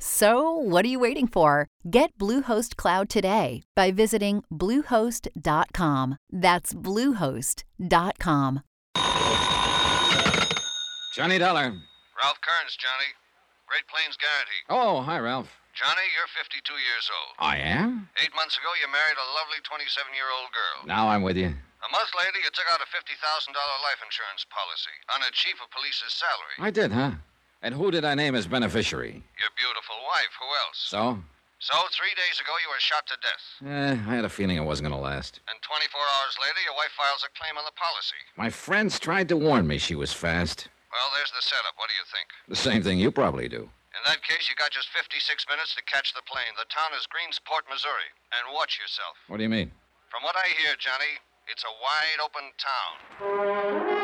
So, what are you waiting for? Get Bluehost Cloud today by visiting Bluehost.com. That's Bluehost.com. Johnny Dollar. Ralph Kearns, Johnny. Great Plains Guarantee. Oh, hi, Ralph. Johnny, you're 52 years old. I am? Eight months ago, you married a lovely 27 year old girl. Now I'm with you. A month later, you took out a $50,000 life insurance policy on a chief of police's salary. I did, huh? And who did I name as beneficiary? Your beautiful wife, who else? So? So, three days ago, you were shot to death. Eh, I had a feeling it wasn't going to last. And 24 hours later, your wife files a claim on the policy. My friends tried to warn me she was fast. Well, there's the setup. What do you think? The same thing you probably do. In that case, you got just 56 minutes to catch the plane. The town is Greensport, Missouri. And watch yourself. What do you mean? From what I hear, Johnny, it's a wide open town.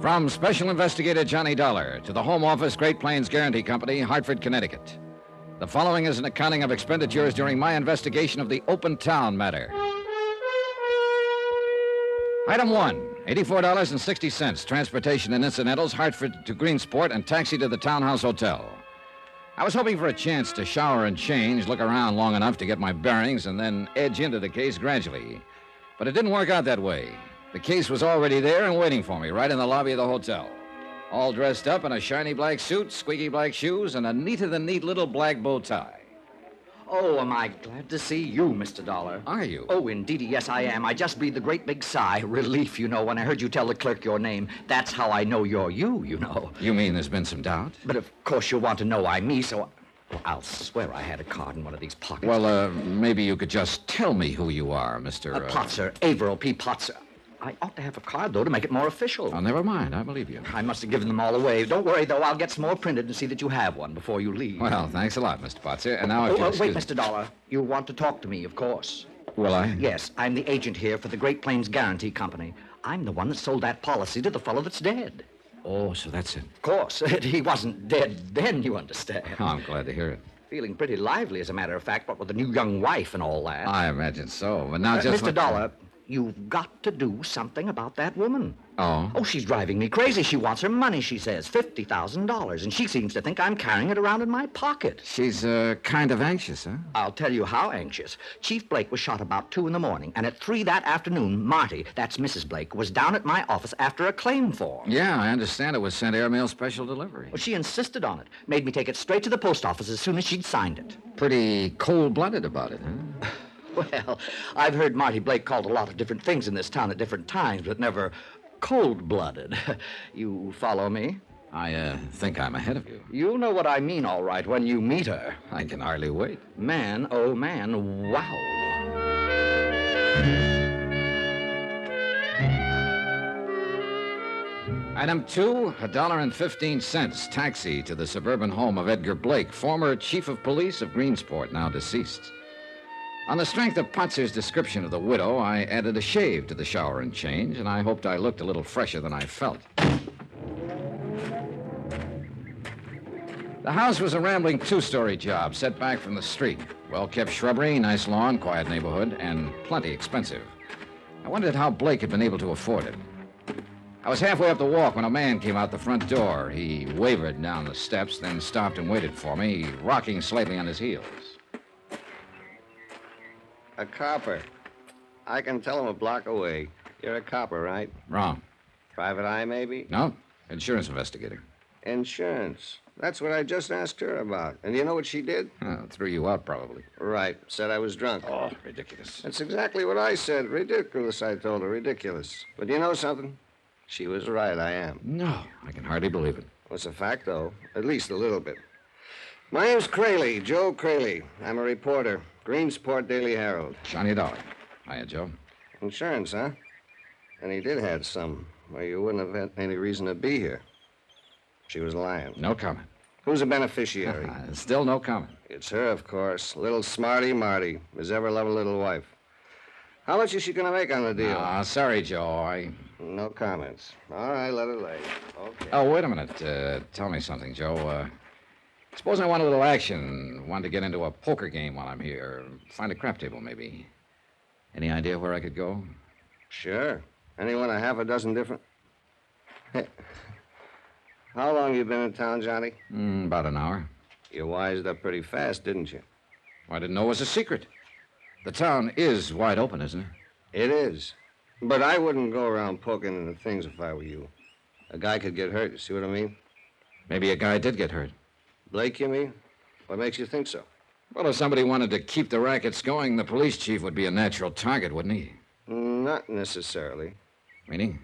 From Special Investigator Johnny Dollar to the Home Office Great Plains Guarantee Company, Hartford, Connecticut. The following is an accounting of expenditures during my investigation of the Open Town matter. Item one $84.60, transportation and incidentals, Hartford to Greensport, and taxi to the Townhouse Hotel. I was hoping for a chance to shower and change, look around long enough to get my bearings, and then edge into the case gradually. But it didn't work out that way. The case was already there and waiting for me right in the lobby of the hotel. All dressed up in a shiny black suit, squeaky black shoes, and a neater than neat little black bow tie. Oh, am I glad to see you, Mr. Dollar. Are you? Oh, indeed, yes, I am. I just breathed a great big sigh. Relief, you know, when I heard you tell the clerk your name. That's how I know you're you, you know. You mean there's been some doubt? But of course you'll want to know I'm me, so I- I'll swear I had a card in one of these pockets. Well, uh, maybe you could just tell me who you are, Mr. uh, Potzer, Averill P. Potzer. I ought to have a card, though, to make it more official. Oh, never mind. I believe you. I must have given them all away. Don't worry, though. I'll get some more printed and see that you have one before you leave. Well, thanks a lot, Mr. Potzer. And now if Oh, you uh, wait, excuse Mr. Dollar. You want to talk to me, of course. me- Will I? Yes, I'm the agent here for the Great Plains Guarantee Company. I'm the one that sold that policy to the fellow that's dead. Oh, so that's it. Of course, he wasn't dead then, you understand. Oh, I'm glad to hear it. Feeling pretty lively, as a matter of fact, what with the new young wife and all that. I imagine so. But now Uh, just... Mr. let- Dollar, you've got to do something about that woman. Oh. Oh, she's driving me crazy. She wants her money, she says. $50,000. And she seems to think I'm carrying it around in my pocket. She's uh, kind of anxious, huh? I'll tell you how anxious. Chief Blake was shot about 2 in the morning, and at 3 that afternoon, Marty, that's Mrs. Blake, was down at my office after a claim form. Yeah, I understand it was sent airmail special delivery. Well, she insisted on it, made me take it straight to the post office as soon as she'd signed it. Pretty cold-blooded about it, huh? Well, I've heard Marty Blake called a lot of different things in this town at different times, but never cold blooded. you follow me? I uh, think I'm ahead of you. You'll know what I mean, all right, when you meet her. I can hardly wait. Man, oh man, wow. Item two, a dollar and fifteen cents taxi to the suburban home of Edgar Blake, former chief of police of Greensport, now deceased. On the strength of Potzer's description of the widow, I added a shave to the shower and change, and I hoped I looked a little fresher than I felt. The house was a rambling two story job set back from the street. Well kept shrubbery, nice lawn, quiet neighborhood, and plenty expensive. I wondered how Blake had been able to afford it. I was halfway up the walk when a man came out the front door. He wavered down the steps, then stopped and waited for me, rocking slightly on his heels. A copper. I can tell him a block away. You're a copper, right? Wrong. Private eye, maybe? No? Insurance investigator. Insurance. That's what I just asked her about. And you know what she did? Oh, threw you out, probably. Right. Said I was drunk. Oh, ridiculous. That's exactly what I said. Ridiculous, I told her. Ridiculous. But you know something? She was right, I am. No, I can hardly believe it. It's a fact, though. At least a little bit. My name's Crayley, Joe Crayley. I'm a reporter. Greensport Daily Herald. Johnny Dollar. Hiya, Joe. Insurance, huh? And he did have some, or you wouldn't have had any reason to be here. She was lying. No comment. Who's a beneficiary? Uh, still no comment. It's her, of course. Little smarty Marty, his ever loving little wife. How much is she going to make on the deal? Ah, sorry, Joe. I. No comments. All right, let her lay. Okay. Oh, wait a minute. Uh, tell me something, Joe. Uh, suppose I want a little action. Want to get into a poker game while I'm here. Find a crap table, maybe. Any idea where I could go? Sure. Anyone a half a dozen different? How long you been in town, Johnny? Mm, about an hour. You wised up pretty fast, didn't you? I didn't know it was a secret. The town is wide open, isn't it? It is. But I wouldn't go around poking into things if I were you. A guy could get hurt, you see what I mean? Maybe a guy did get hurt. Blake, you mean? What makes you think so? Well, if somebody wanted to keep the rackets going, the police chief would be a natural target, wouldn't he? Not necessarily. Meaning?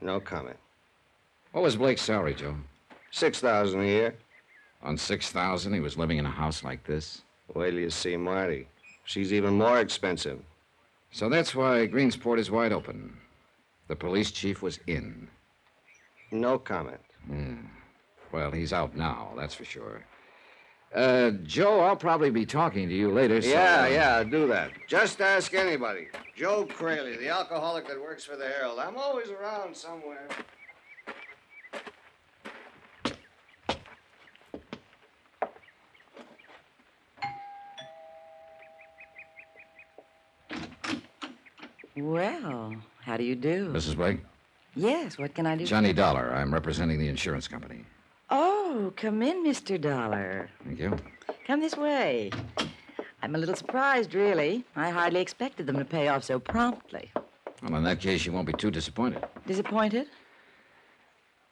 No comment. What was Blake's salary, Joe? Six thousand a year. On 6000 he was living in a house like this? Wait till you see Marty. She's even more expensive. So that's why Greensport is wide open. The police chief was in. No comment. Hmm. Well, he's out now, that's for sure. Uh, Joe, I'll probably be talking to you later. So, um, Yeah, yeah, do that. Just ask anybody. Joe Crayley, the alcoholic that works for the Herald. I'm always around somewhere. Well, how do you do? Mrs. Blake? Yes, what can I do? Johnny Dollar. I'm representing the insurance company. Oh, come in, Mr. Dollar. Thank you. Come this way. I'm a little surprised, really. I hardly expected them to pay off so promptly. Well, in that case, you won't be too disappointed. Disappointed?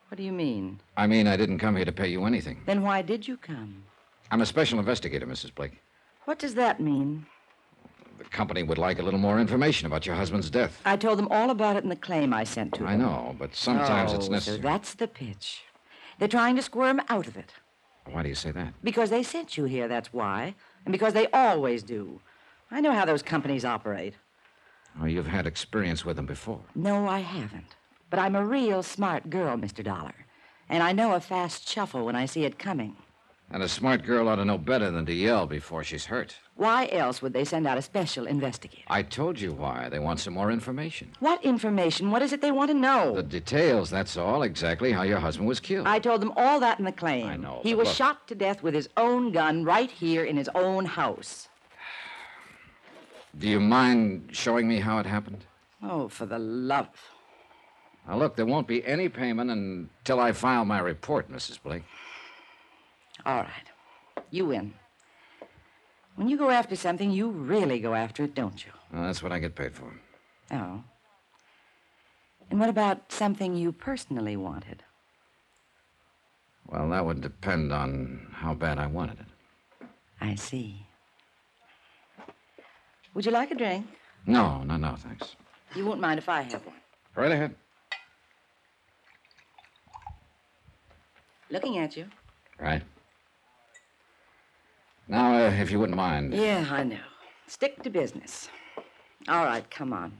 What do you mean? I mean, I didn't come here to pay you anything. Then why did you come? I'm a special investigator, Mrs. Blake. What does that mean? The company would like a little more information about your husband's death. I told them all about it in the claim I sent to them. I know, but sometimes it's Oh, necessary. So that's the pitch. They're trying to squirm out of it. Why do you say that? Because they sent you here, that's why. And because they always do. I know how those companies operate. Oh, you've had experience with them before. No, I haven't. But I'm a real smart girl, Mr. Dollar. And I know a fast shuffle when I see it coming. And a smart girl ought to know better than to yell before she's hurt. Why else would they send out a special investigator? I told you why. They want some more information. What information? What is it they want to know? The details, that's all, exactly how your husband was killed. I told them all that in the claim. I know, He but was look- shot to death with his own gun right here in his own house. Do you mind showing me how it happened? Oh, for the love. Now, look, there won't be any payment until I file my report, Mrs. Blake. All right. You win. When you go after something, you really go after it, don't you? Well, that's what I get paid for. Oh. And what about something you personally wanted? Well, that would depend on how bad I wanted it. I see. Would you like a drink? No, no, no, thanks. You won't mind if I have one. Right ahead. Looking at you. Right. Now, uh, if you wouldn't mind. Yeah, I know. Stick to business. All right, come on.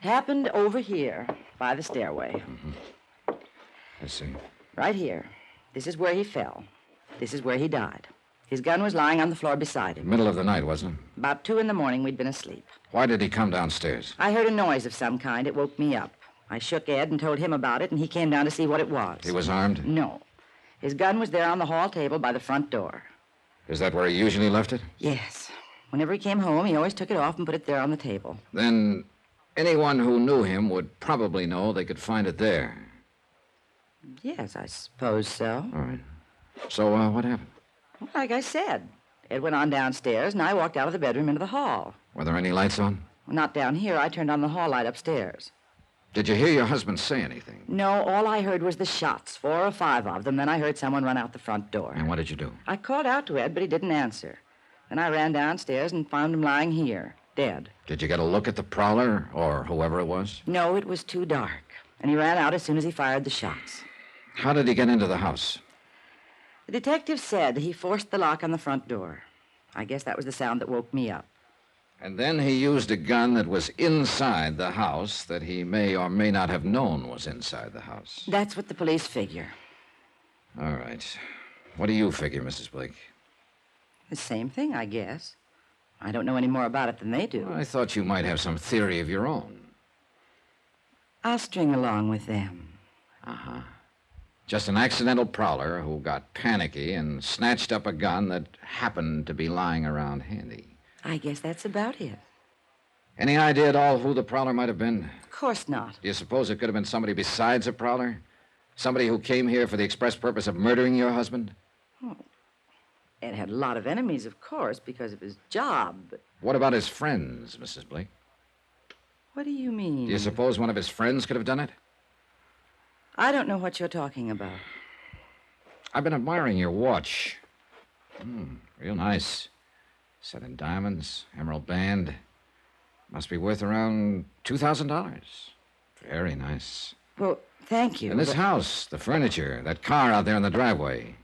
Happened over here by the stairway. Let's see. Right here. This is where he fell. This is where he died. His gun was lying on the floor beside him. Middle of the night, wasn't it? About two in the morning, we'd been asleep. Why did he come downstairs? I heard a noise of some kind. It woke me up. I shook Ed and told him about it, and he came down to see what it was. He was armed? No. His gun was there on the hall table by the front door. Is that where he usually left it? Yes. Whenever he came home, he always took it off and put it there on the table. Then Anyone who knew him would probably know they could find it there. Yes, I suppose so. All right. So, uh, what happened? Well, Like I said, it went on downstairs, and I walked out of the bedroom into the hall. Were there any lights on? Not down here. I turned on the hall light upstairs. Did you hear your husband say anything? No, all I heard was the shots, four or five of them. Then I heard someone run out the front door. And what did you do? I called out to Ed, but he didn't answer. Then I ran downstairs and found him lying here, dead. Did you get a look at the prowler or whoever it was? No, it was too dark, and he ran out as soon as he fired the shots. How did he get into the house? The detective said he forced the lock on the front door. I guess that was the sound that woke me up. And then he used a gun that was inside the house that he may or may not have known was inside the house. That's what the police figure. All right. What do you figure, Mrs. Blake? The same thing, I guess. I don't know any more about it than they do. I thought you might have some theory of your own. I'll string along with them. Uh-huh. Just an accidental prowler who got panicky and snatched up a gun that happened to be lying around handy. I guess that's about it. Any idea at all who the prowler might have been? Of course not. Do you suppose it could have been somebody besides a prowler? Somebody who came here for the express purpose of murdering your husband? It Oh, had a lot of enemies, of course, because of his job. But What about his friends, Mrs. Blake? what do you mean? Do you suppose one of his friends could have done it? I don't know what you're talking about. I've been admiring your watch. Hmm, real nice. Set in diamonds, emerald band. Must be worth around $2,000. Very nice. Well, thank you. And this but house, the furniture, that car out there in the driveway.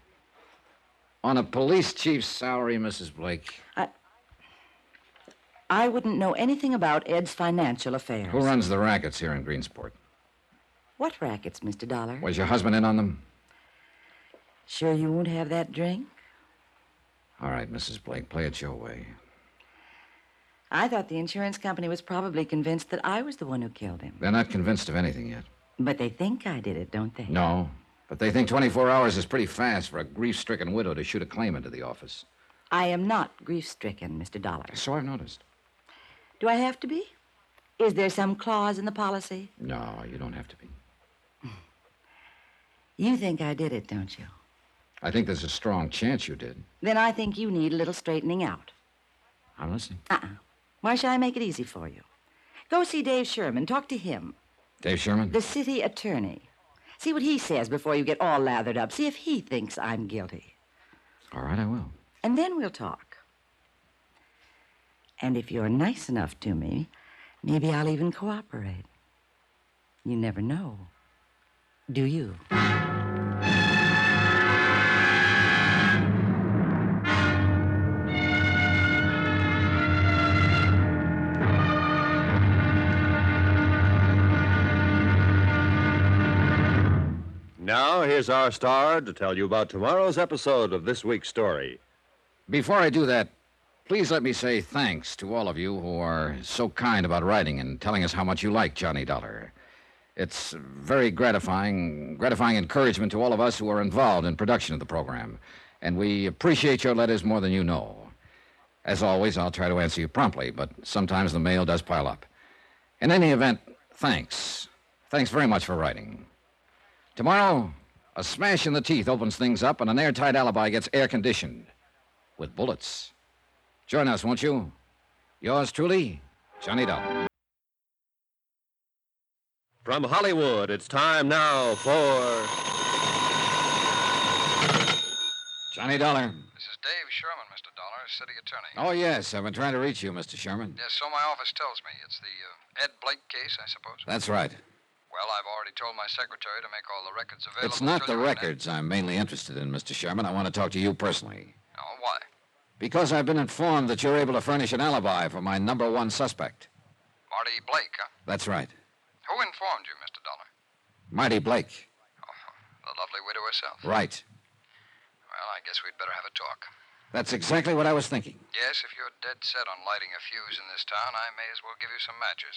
On a police chief's salary, Mrs. Blake. I wouldn't know anything about Ed's financial affairs. Who runs the rackets here in Greensport? What rackets, Mr. Dollar? Was your husband in on them? Sure you won't have that drink? All right, Mrs. Blake, play it your way. I thought the insurance company was probably convinced that I was the one who killed him. They're not convinced of anything yet. But they think I did it, don't they? No, but they think 24 hours is pretty fast for a grief stricken widow to shoot a claim into the office. I am not grief stricken, Mr. Dollar. So I've noticed. Do I have to be? Is there some clause in the policy? Hmm. No, you don't have to be. You think I did it, don't you? I think there's a strong chance you did. Then I think you need a little straightening out. Uh-uh. I'm listening. Why should I make it easy for you? Go see Dave Sherman. Talk to him, Dave Sherman? the city attorney. See what he says before you get all lathered up. See if he thinks I'm guilty. All right, I will. And then we'll talk. And if you're nice enough to me, maybe I'll even cooperate. You never know. Do you? Now, here's our star to tell you about tomorrow's episode of this week's story. Before I do that, please let me say thanks to all of you who are so kind about writing and telling us how much you like Johnny Dollar. It's very gratifying, gratifying encouragement to all of us who are involved in production of the program, and we appreciate your letters more than you know. As always, I'll try to answer you promptly, but sometimes the mail does pile up. In any event, thanks. Thanks very much for writing. Tomorrow, a smash in the teeth opens things up and an airtight alibi gets air conditioned with bullets. Join us, won't you? Yours truly, Johnny Dollar. From Hollywood, it's time now for. Johnny Dollar. This is Dave Sherman, Mr. Dollar, city attorney. Oh, yes, I've been trying to reach you, Mr. Sherman. Yes, so my office tells me. It's the uh, Ed Blake case, I suppose. That's right. Well, I've already told my secretary to make all the records available. It's not to the you and- records I'm mainly interested in, Mr. Sherman. I want to talk to you personally. Oh, why? Because I've been informed that you're able to furnish an alibi for my number one suspect. Marty Blake, huh? That's right. Who informed you, Mr. Dollar? Marty Blake. The lovely widow herself. Right. Well, I guess we'd better have a talk. That's exactly what I was thinking. Yes, if you're dead set on lighting a fuse in this town, I may as well give you some matches.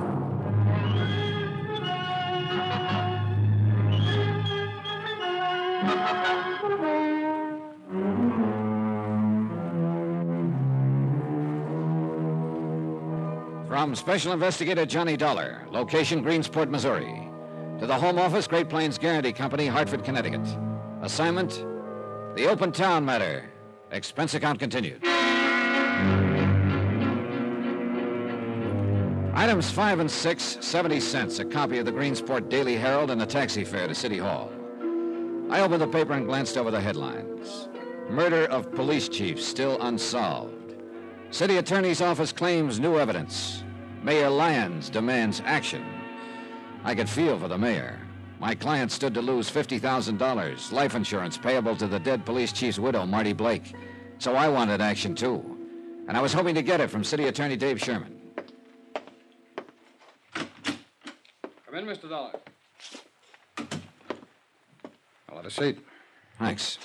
From Special Investigator Johnny Dollar, location Greensport, Missouri, to the Home Office, Great Plains Guarantee Company, Hartford, Connecticut. Assignment The Open Town Matter. Expense account continued. Items 5 and 6, 70 cents, a copy of the Greensport Daily Herald, and a taxi fare to City Hall. I opened the paper and glanced over the headlines. Murder of police chief still unsolved. City Attorney's Office claims new evidence. Mayor Lyons demands action. I could feel for the mayor. My client stood to lose $50,000, life insurance payable to the dead police chief's widow, Marty Blake. So I wanted action, too. And I was hoping to get it from City Attorney Dave Sherman. Come in, Mr. Dollar. I'll have a seat. Thanks.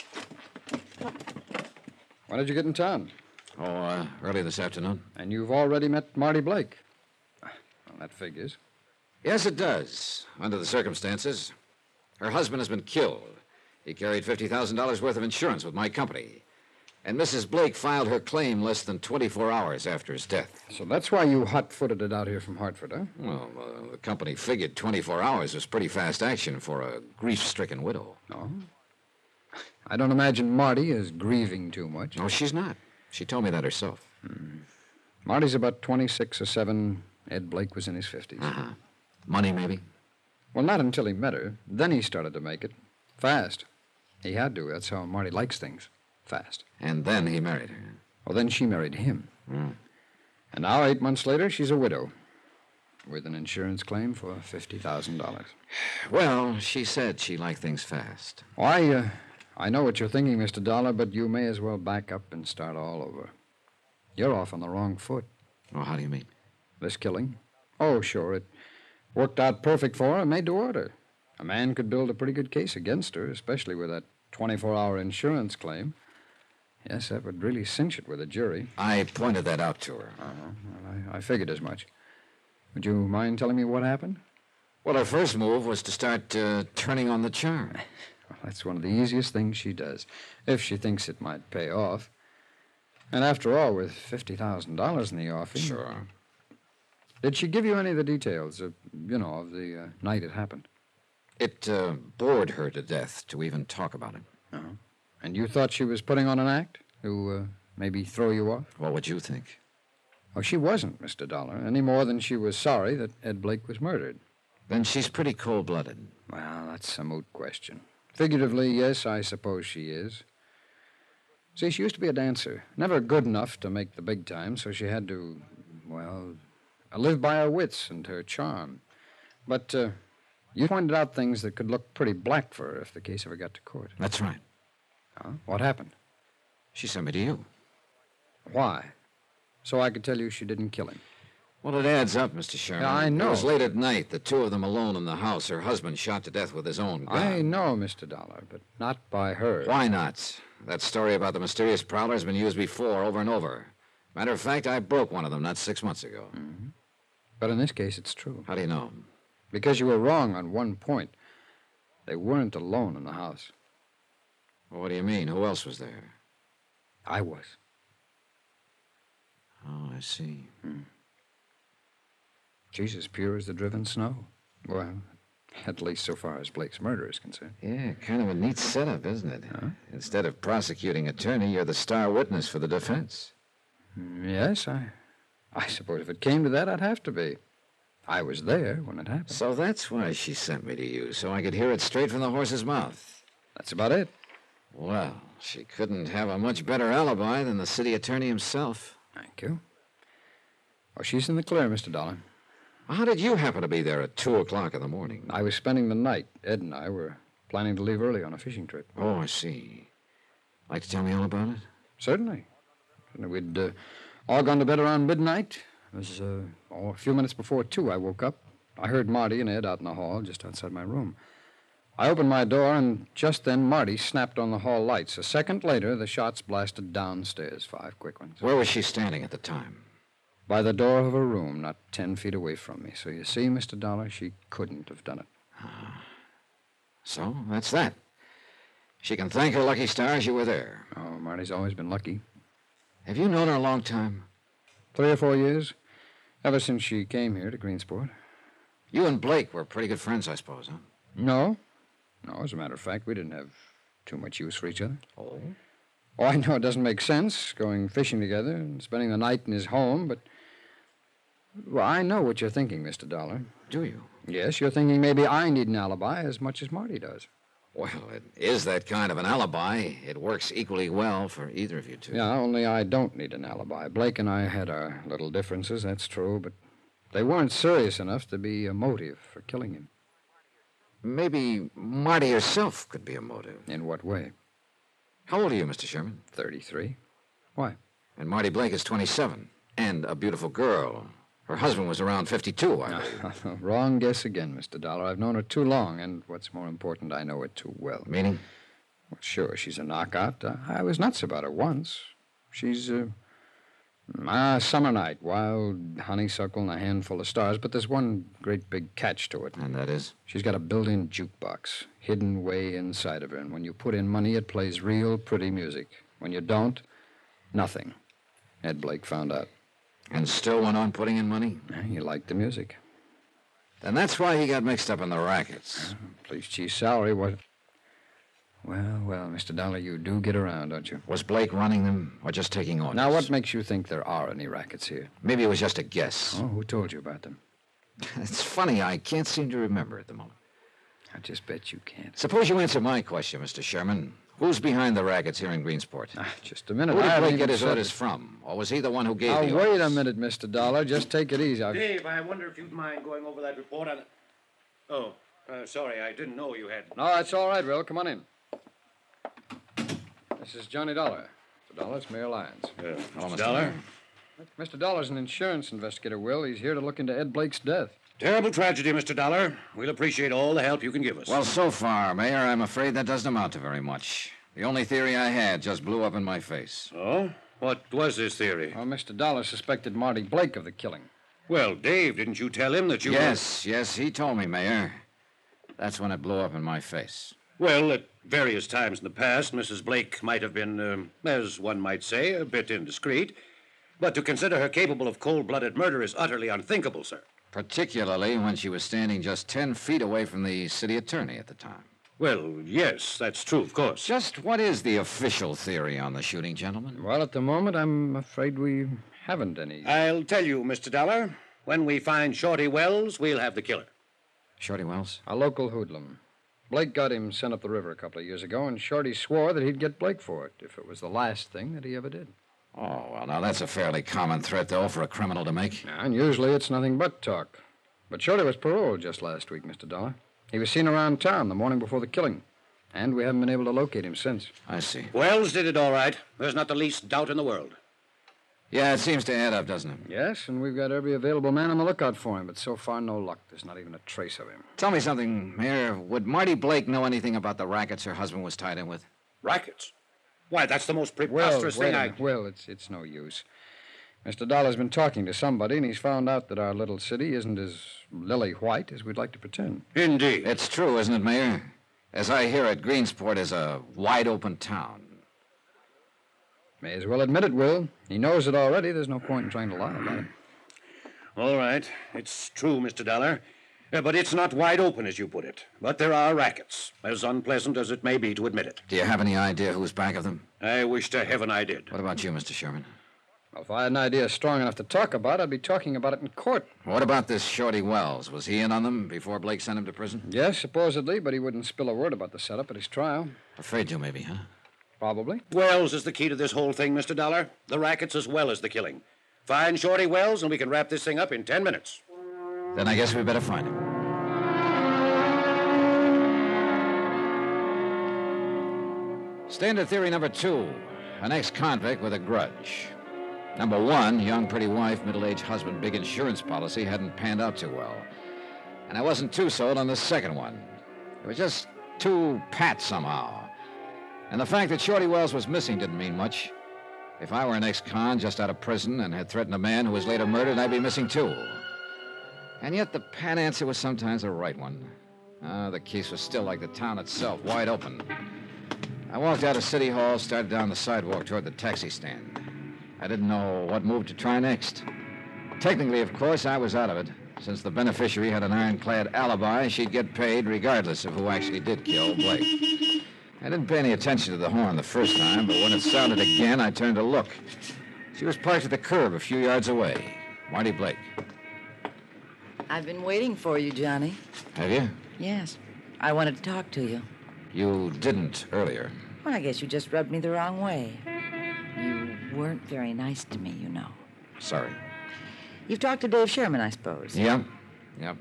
When did you get in town? Oh, uh, early this afternoon? And you've already met Marty Blake. Well, that figures. Yes, it does, under the circumstances. Her husband has been killed. He carried $50,000 worth of insurance with my company. And Mrs. Blake filed her claim less than 24 hours after his death. So that's why you hot footed it out here from Hartford, huh? Well, uh, the company figured 24 hours was pretty fast action for a grief stricken widow. No. Oh. I don't imagine Marty is grieving too much. Hmm. No, she's not. She told me that herself. Marty's about 26 or 7. Ed Blake was in his 50s. Uh-huh. Money, maybe? Well, not until he met her. Then he started to make it. Fast. He had to. That's how Marty likes things. Fast. And then he married her. Hmm. Well, then she married him. And now, eight months later, she's a widow with an insurance claim for $50,000. Well, she said she liked things fast. Why, uh, I know what you're thinking, Mr. Dollar, but you may as well back up and start all over. You're off on the wrong foot. Oh, how do you mean? This killing? Oh, sure. It worked out perfect for her, made to order. A man could build a pretty good case against her, especially with that 24 hour insurance claim. Yes, that would really cinch it with a jury. Uh-huh. I pointed that out to her. Well, I, I figured as much. Would you mind telling me what happened? Well, her first move was to start uh, turning on the charm. Well, that's one of the easiest things she does, if she thinks it might pay off. And after all, with $50,000 in the offing. Sure. Did she give you any of the details, of, you know, of the uh, night it happened? It uh, bored her to death to even talk about it. Uh-huh. And you thought she was putting on an act to uh, maybe throw you off? What would you think? Oh, she wasn't, Mr. Dollar, any more than she was sorry that Ed Blake was murdered. Then she's pretty cold blooded. Well, that's a moot question. Figuratively, yes, I suppose she is. See, she used to be a dancer. Never good enough to make the big time, so she had to, well, uh, live by her wits and her charm. But uh, you pointed out things that could look pretty black for her if the case ever got to court. That's right. Huh? What happened? She sent me to you. Why? So I could tell you she didn't kill him. Well, it adds up, Mr. Sherman. Yeah, I know. It was late at night, the two of them alone in the house, her husband shot to death with his own gun. I know, Mr. Dollar, but not by her. Why not? That story about the mysterious prowler has been used before, over and over. Matter of fact, I broke one of them not six months ago. Hmm. But in this case, it's true. How do you know? Because you were wrong on one point. They weren't alone in the house. Well, what do you mean? Who else was there? I was. Oh, I see. She's as Hmm. pure as the driven snow. Well, at least so far as Blake's murder is concerned. Yeah, kind of a neat setup, isn't it? Instead of prosecuting attorney, you're the star witness for the defense. Hmm, Yes, I. I suppose if it came to that, I'd have to be. I was there when it happened. So that's why she sent me to you, so I could hear it straight from the horse's mouth. That's about it. Well, she couldn't have a much better alibi than the city attorney himself. Thank you. Well, she's in the clear, Mr. Dollar. How did you happen to be there at 2 o'clock in the morning? I was spending the night. Ed and I were planning to leave early on a fishing trip. Oh, I see. Like to tell me all about it? Certainly. Certainly we'd uh, all gone to bed around midnight. It was uh, oh, a few minutes before two. I woke up. I heard Marty and Ed out in the hall just outside my room. I opened my door, and just then Marty snapped on the hall lights. A second later, the shots blasted downstairs, five quick ones. Where was she standing at the time? By the door of her room, not ten feet away from me. So you see, Mr. Dollar, she couldn't have done it. Ah. So, that's that. She can thank her lucky stars you were there. Oh, Marty's always been lucky. Have you known her a long time? Three or four years, ever since she came here to Greensport. You and Blake were pretty good friends, I suppose, huh? No. No, as a matter of fact, we didn't have too much use for each other. Oh? Oh, I know it doesn't make sense going fishing together and spending the night in his home, but. Well, I know what you're thinking, Mr. Dollar. Do you? Yes, you're thinking maybe I need an alibi as much as Marty does. Well, it is that kind of an alibi. It works equally well for either of you two. Yeah, only I don't need an alibi. Blake and I had our little differences, that's true, but they weren't serious enough to be a motive for killing him. Maybe Marty herself could be a motive. In what way? How old are you, Mr. Sherman? 33. And Marty Blake is 27. And a beautiful girl. Her husband was around 52, I believe. Wrong guess again, Mr. Dollar. I've known her too long, and what's more important, I know her too well. Meaning? Well, sure, she's a knockout. Uh, I was nuts about her once. She's uh, ah, summer night, wild honeysuckle and a handful of stars, but there's one great big catch to it. And that is? She's got a built in jukebox hidden way inside of her, and when you put in money, it plays real pretty music. When you don't, nothing. Ed Blake found out. And still went on putting in money? He liked the music. And that's why he got mixed up in the rackets. Police chief's salary was. Well, well, Mr. Dollar, you do get around, don't you? Was Blake running them or Oh, just taking orders? Now, what makes you think there are any rackets here? Maybe it was just a guess. Oh, who told you about them? It's funny, I can't seem to remember at the moment. I just bet you can't. Suppose you answer my question, Mr. Sherman. Who's behind the rackets here in Greensport? Ah, Just a minute. Who I did haven't Blake even get his said orders it. from? Or was he the one who gave Now, the orders? wait a minute, Mr. Dollar. Just take it easy. I... Dave, I wonder if you'd mind going over that report on. Oh, uh, sorry, I didn't know you had. No, that's all right, Will. Come on in. This is Johnny Dollar. Mr. Dollar, it's Mayor Lyons. Hello, Mr. Dollar? Mayor. Mr. Dollar's an insurance investigator, Will. He's here to look into Ed Blake's death. Terrible tragedy, Mr. Dollar. We'll appreciate all the help you can give us. Well, so far, Mayor, I'm afraid that doesn't amount to very much. The only theory I had just blew up in my face. oh? What was this theory? Well, Mr. Dollar suspected Marty Blake of the killing. Well, Dave, didn't you tell him that you. were- Yes, yes, he told me, Mayor. That's when it blew up in my face. Well, at various times in the past, Mrs. Blake might have been, um, as one might say, a bit indiscreet. But to consider her capable of cold blooded murder is utterly unthinkable, sir. Particularly when she was standing just 10 feet away from the city attorney at the time. Well, yes, that's true, of course. Just what is the official theory on the shooting, gentlemen? Well, at the moment, I'm afraid we haven't any. I'll tell you, Mr. Dollar. When we find Shorty Wells, we'll have the killer. Shorty Wells? A local hoodlum. Blake got him sent up the river a couple of years ago, and Shorty swore that he'd get Blake for it if it was the last thing that he ever did. Oh, well, now that's a fairly common threat, though, for a criminal to make. And usually it's nothing but talk. But Shorty was paroled just last week, Mr. Dollar. He was seen around town the morning before the killing, and we haven't been able to locate him since. I see. Wells did it all right. There's not the least doubt in the world. Yeah, it seems to add up, doesn't it? Yes, and we've got every available man on the lookout for him, but so far no luck. There's not even a trace of him. Tell me something, Mayor. Would Marty Blake know anything about the rackets her husband was tied in with? Rackets? Why, that's the most Well, preposterous wait thing a I. minute. Well, it's it's no use. Mr. Dollar's been talking to somebody, and he's found out that our little city isn't as lily white as we'd like to pretend. Indeed. It's true, isn't it, Mayor? As I hear it, Greensport is a wide open town. May as well admit it, Will. He knows it already. There's no point in trying to lie about it. All right. It's true, Mr. Dollar. Uh, but it's not wide open, as you put it. But there are rackets, as unpleasant as it may be to admit it. Do you have any idea who's back of them? I wish to heaven I did. What about you, Mr. Sherman? Well, if I had an idea strong enough to talk about, I'd be talking about it in court. What about this Shorty Wells? Was he in on them before Blake sent him to prison? Yes, supposedly, but he wouldn't spill a word about the setup at his trial. Afraid to, maybe, huh? Probably. Wells is the key to this whole thing, Mr. Dollar. The rackets as well as the killing. Find Shorty Wells, and we can wrap this thing up in ten minutes. Then I guess we better find him. Standard theory number two an ex convict with a grudge. Number one, young, pretty wife, middle aged husband, big insurance policy hadn't panned out too well. And I wasn't too sold on the second one. It was just too pat somehow. And the fact that Shorty Wells was missing didn't mean much. If I were an ex con just out of prison and had threatened a man who was later murdered, I'd be missing too. And yet the pat answer was sometimes the right one. Ah, the case was still like the town itself, wide open. I walked out of City Hall, started down the sidewalk toward the taxi stand. I didn't know what move to try next. Technically, of course, I was out of it. Since the beneficiary had an ironclad alibi, she'd get paid regardless of who actually did kill Blake. I didn't pay any attention to the horn the first time, but when it sounded again, I turned to look. She was parked at the curb a few yards away. Marty Blake. I've been waiting for you, Johnny. Have you? Yes. I wanted to talk to you. You didn't earlier. Well, I guess you just rubbed me the wrong way. You weren't very nice to me, you know. Sorry. You've talked to Dave Sherman, I suppose. Yep. Yep.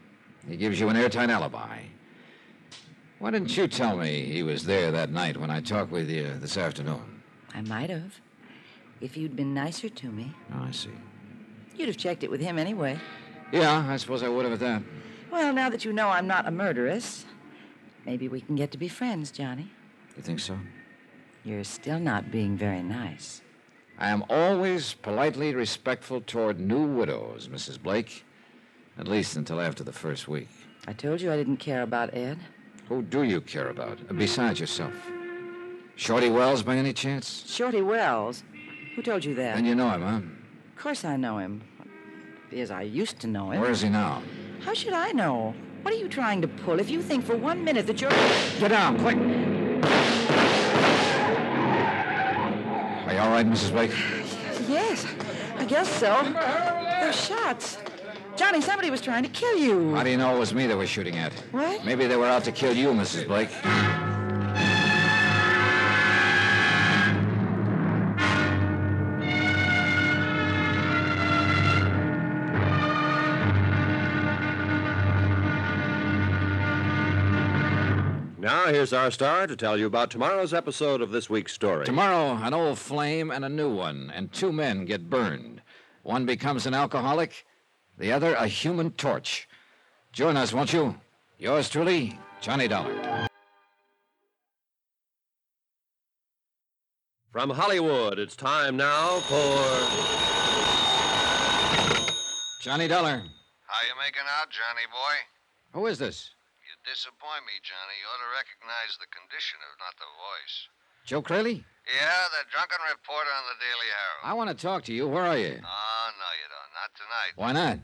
He gives you an airtight alibi. Why didn't you tell me he was there that night when I talked with you this afternoon? I might have. If you'd been nicer to me, Oh, I see. you'd have checked it with him anyway. Yeah, I suppose I would have at that. Well, now that you know I'm not a murderess, maybe we can get to be friends, Johnny. You think so? You're still not being very nice. I am always politely respectful toward new widows, Mrs. Blake. At least until after the first week. I told you I didn't care about Ed. Who do you care about, uh, besides yourself? Shorty Wells, by any chance? Shorty Wells. Who told you that? And you know him, huh? Of course I know him. As I used to know him. Where is he now? How should I know? What are you trying to pull? If you think for one minute that you're. Get down, quick! Are you all right, Mrs. Blake? Yes, I guess so. Those shots. Johnny, somebody was trying to kill you. How do you know it was me they were shooting at? What? Maybe they were out to kill you, Mrs. Blake. Now, here's our star to tell you about tomorrow's episode of this week's story. Tomorrow, an old flame and a new one, and two men get burned. One becomes an alcoholic, the other a human torch. Join us, won't you? Yours truly, Johnny Dollar. From Hollywood, it's time now for. Johnny Dollar. How you making out, Johnny boy? Who is this? You disappoint me, Johnny. You ought to recognize the condition, if not the voice. Joe Crayley? Yeah, the drunken reporter on the Daily Herald. I want to talk to you. Where are you? Oh, no, you don't. Not tonight. Why not?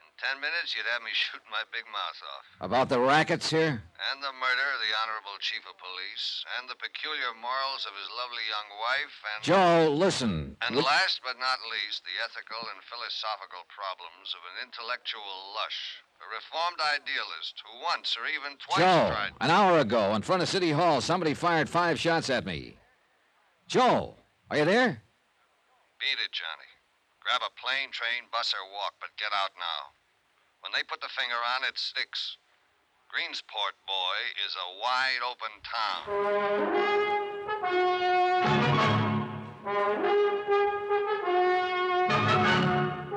In ten minutes, you'd have me shooting my big mouth off. About the rackets here? And the murder of the honorable chief of police, and the peculiar morals of his lovely young wife, and. Joe, listen. And Look- last but not least, the ethical and philosophical problems of an intellectual lush, a reformed idealist who once or even twice Joe, tried. an hour ago, in front of City Hall, somebody fired five shots at me. Joe, are you there? Beat it, Johnny. Grab a plane, train, bus, or walk, but get out now. When they put the finger on, it sticks. Greensport, boy, is a wide open town.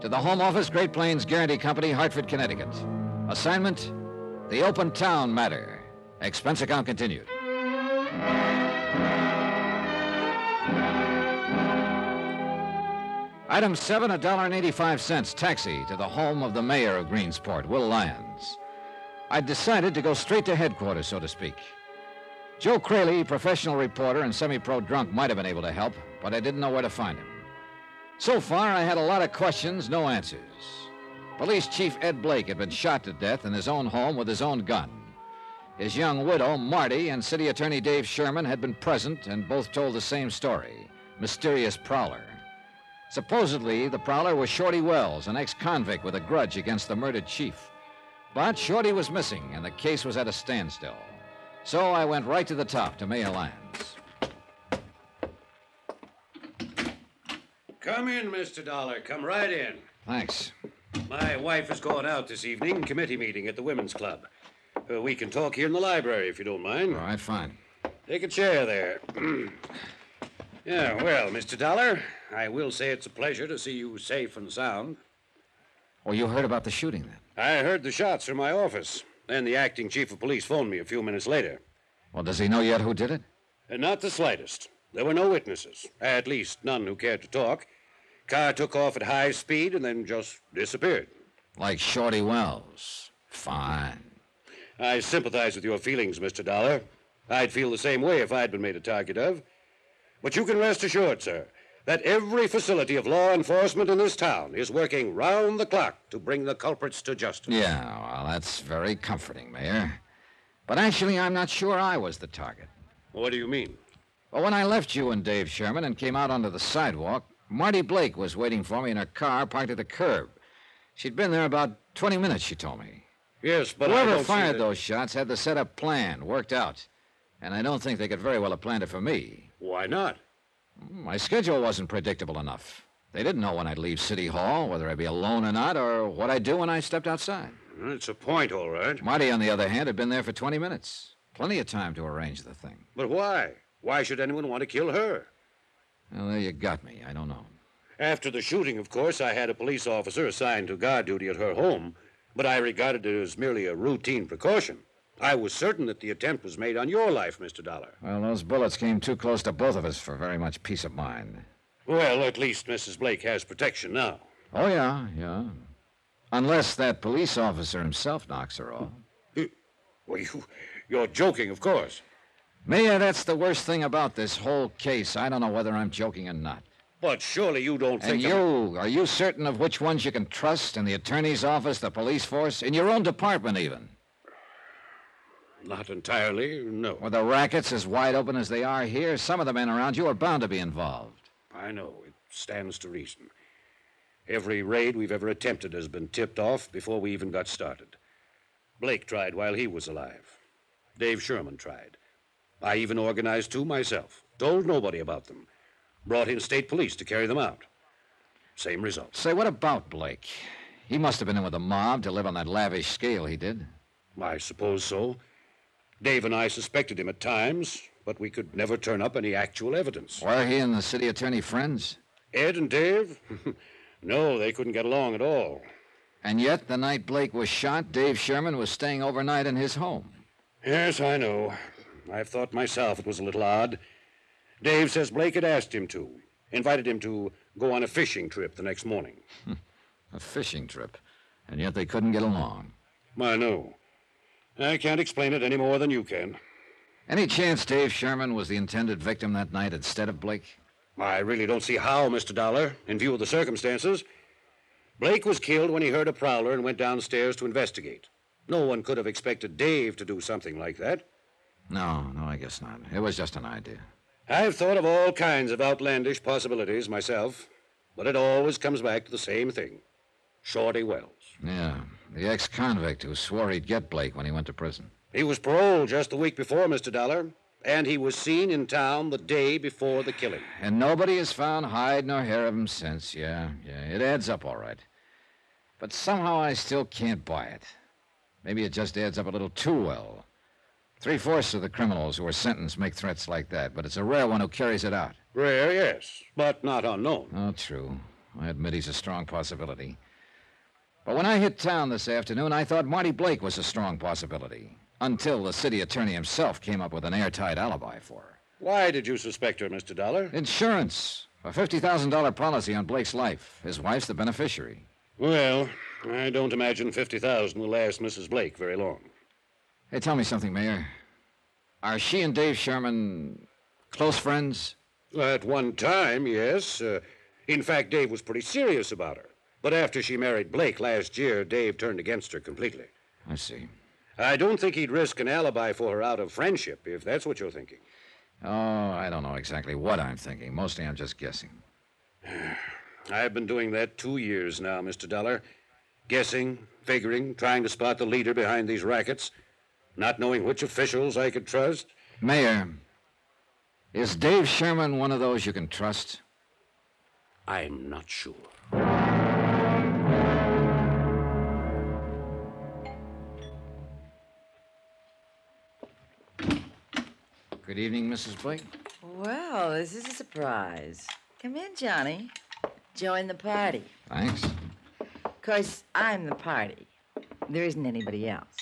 to the Home Office, Great Plains Guarantee Company, Hartford, Connecticut. Assignment The Open Town Matter. Expense account continued. Item 7, $1.85, taxi to the home of the mayor of Greensport, Will Lyons. I decided to go straight to headquarters, so to speak. Joe Crayley, professional reporter and semi pro drunk, might have been able to help, but I didn't know where to find him. So far, I had a lot of questions, no answers. Police Chief Ed Blake had been shot to death in his own home with his own gun. His young widow, Marty, and City Attorney Dave Sherman had been present and both told the same story mysterious prowler. Supposedly, the prowler was Shorty Wells, an ex convict with a grudge against the murdered chief. But Shorty was missing, and the case was at a standstill. So I went right to the top to Maya Lyons. Come in, Mr. Dollar. Come right in. Thanks. My wife is going out this evening, committee meeting at the Women's Club. Uh, we can talk here in the library if you don't mind. All right, fine. Take a chair there. yeah, well, Mr. Dollar, I will say it's a pleasure to see you safe and sound. Well, you heard about the shooting then? I heard the shots from my office. Then the acting chief of police phoned me a few minutes later. Well, does he know yet who did it? And Uh, not the slightest. There were no witnesses, at least none who cared to talk. Car took off at high speed and then just disappeared. Like Shorty Wells. Fine. I sympathize with your feelings, Mr. Dollar. I'd feel the same way if I'd been made a target of. But you can rest assured, sir, that every facility of law enforcement in this town is working round the clock to bring the culprits to justice. Yeah, well, that's very comforting, Mayor. But actually, I'm not sure I was the target. What do you mean? But when I left you and Dave Sherman and came out onto the sidewalk, Marty Blake was waiting for me in her car parked at the curb. She'd been there about 20 minutes, she told me. Yes, but I Whoever don't see fired that- those shots had the setup planned, worked out. And I don't think they could very well have planned it for me. Hmm, Why not? My schedule wasn't predictable enough. They didn't know when I'd leave City Hall, whether I'd be alone or not, or what I'd do when I stepped outside. It's a point, all right. Marty, on the other hand, had been there for 20 minutes. Plenty of time to arrange the thing. But why? Why should anyone want to kill her? Well, there you got me. I don't know. After the shooting, of course, I had a police officer assigned to guard duty at her home, but I regarded it as merely a routine precaution. I was certain that the attempt was made on your life, Mr. Dollar. Well, those bullets came too close to both of us for very much peace of mind. Well, at least Mrs. Blake has protection now. Oh, yeah, yeah. Unless that police officer himself knocks her off. Well, you, you're joking, of course. Mia, that's the worst thing about this whole case. I don't know whether I'm joking or not. But surely you don't And think. you, are you certain of which ones you can trust in the attorney's office, the police force, in your own department, even? I'm- Not entirely, no. With the rackets as wide open as they are here, some of the men around you are bound to be involved. I know. It stands to reason. Every raid we've ever attempted has been tipped off before we even got started. Blake tried while he was alive. Dave Sherman tried. I even organized two myself. Told nobody about them. Brought in state police to carry them out. Same results. Say, what about Blake? He must have been in with the mob to live on that lavish scale he did. I suppose so. Dave and I suspected him at times, but we could never turn up any actual evidence. Were he and the city attorney friends? Ed and Dave? no, they couldn't get along at all. And yet, the night Blake was shot, Dave Sherman was staying overnight in his home. Yes, I know. I've thought myself it was a little odd. Dave says Blake had asked him to, invited him to go on a fishing trip the next morning. A fishing trip. And yet they couldn't get along. I know. I can't explain it any more than you can. Any chance Dave Sherman was the intended victim that night instead of Blake? I really don't see how, Mr. Dollar, in view of the circumstances. Blake was killed when he heard a prowler and went downstairs to investigate. No one could have expected Dave to do something like that. No, no, I guess not. It was just an idea. I've thought of all kinds of outlandish possibilities myself, but it always comes back to the same thing Shorty Wells. Yeah, the ex convict who swore he'd get Blake when he went to prison. He was paroled just the week before, Mr. Dollar, and he was seen in town the day before the killing. And nobody has found hide nor hair of him since. Yeah, yeah, it adds up all right. But somehow I still can't buy it. Maybe it just adds up a little too well. Three fourths of the criminals who are sentenced make threats like that, but it's a rare one who carries it out. Rare, yes, but not unknown. Oh, true. I admit he's a strong possibility. But when I hit town this afternoon, I thought Marty Blake was a strong possibility. Until the city attorney himself came up with an airtight alibi for her. Why did you suspect her, Mr. Dollar? Insurance. A $50,000 policy on Blake's life. His wife's the beneficiary. Well, I don't imagine 50000 will last Mrs. Blake very long. Hey, tell me something, Mayor. Are she and Dave Sherman close friends? At one time, yes. Uh, in fact, Dave was pretty serious about her. But after she married Blake last year, Dave turned against her completely. I see. I don't think he'd risk an alibi for her out of friendship, if that's what you're thinking. Oh, I don't know exactly what I'm thinking. Mostly I'm just guessing. I've been doing that two years now, Mr. Dollar. Guessing, figuring, trying to spot the leader behind these rackets. not knowing which officials I could trust. Mayor, is Dave Sherman one of those you can trust? I'm not sure. Good evening, Mrs. Blake. Well, this is a surprise. Come in, Johnny. Join the party. Thanks. Of course, I'm the party. There isn't anybody else.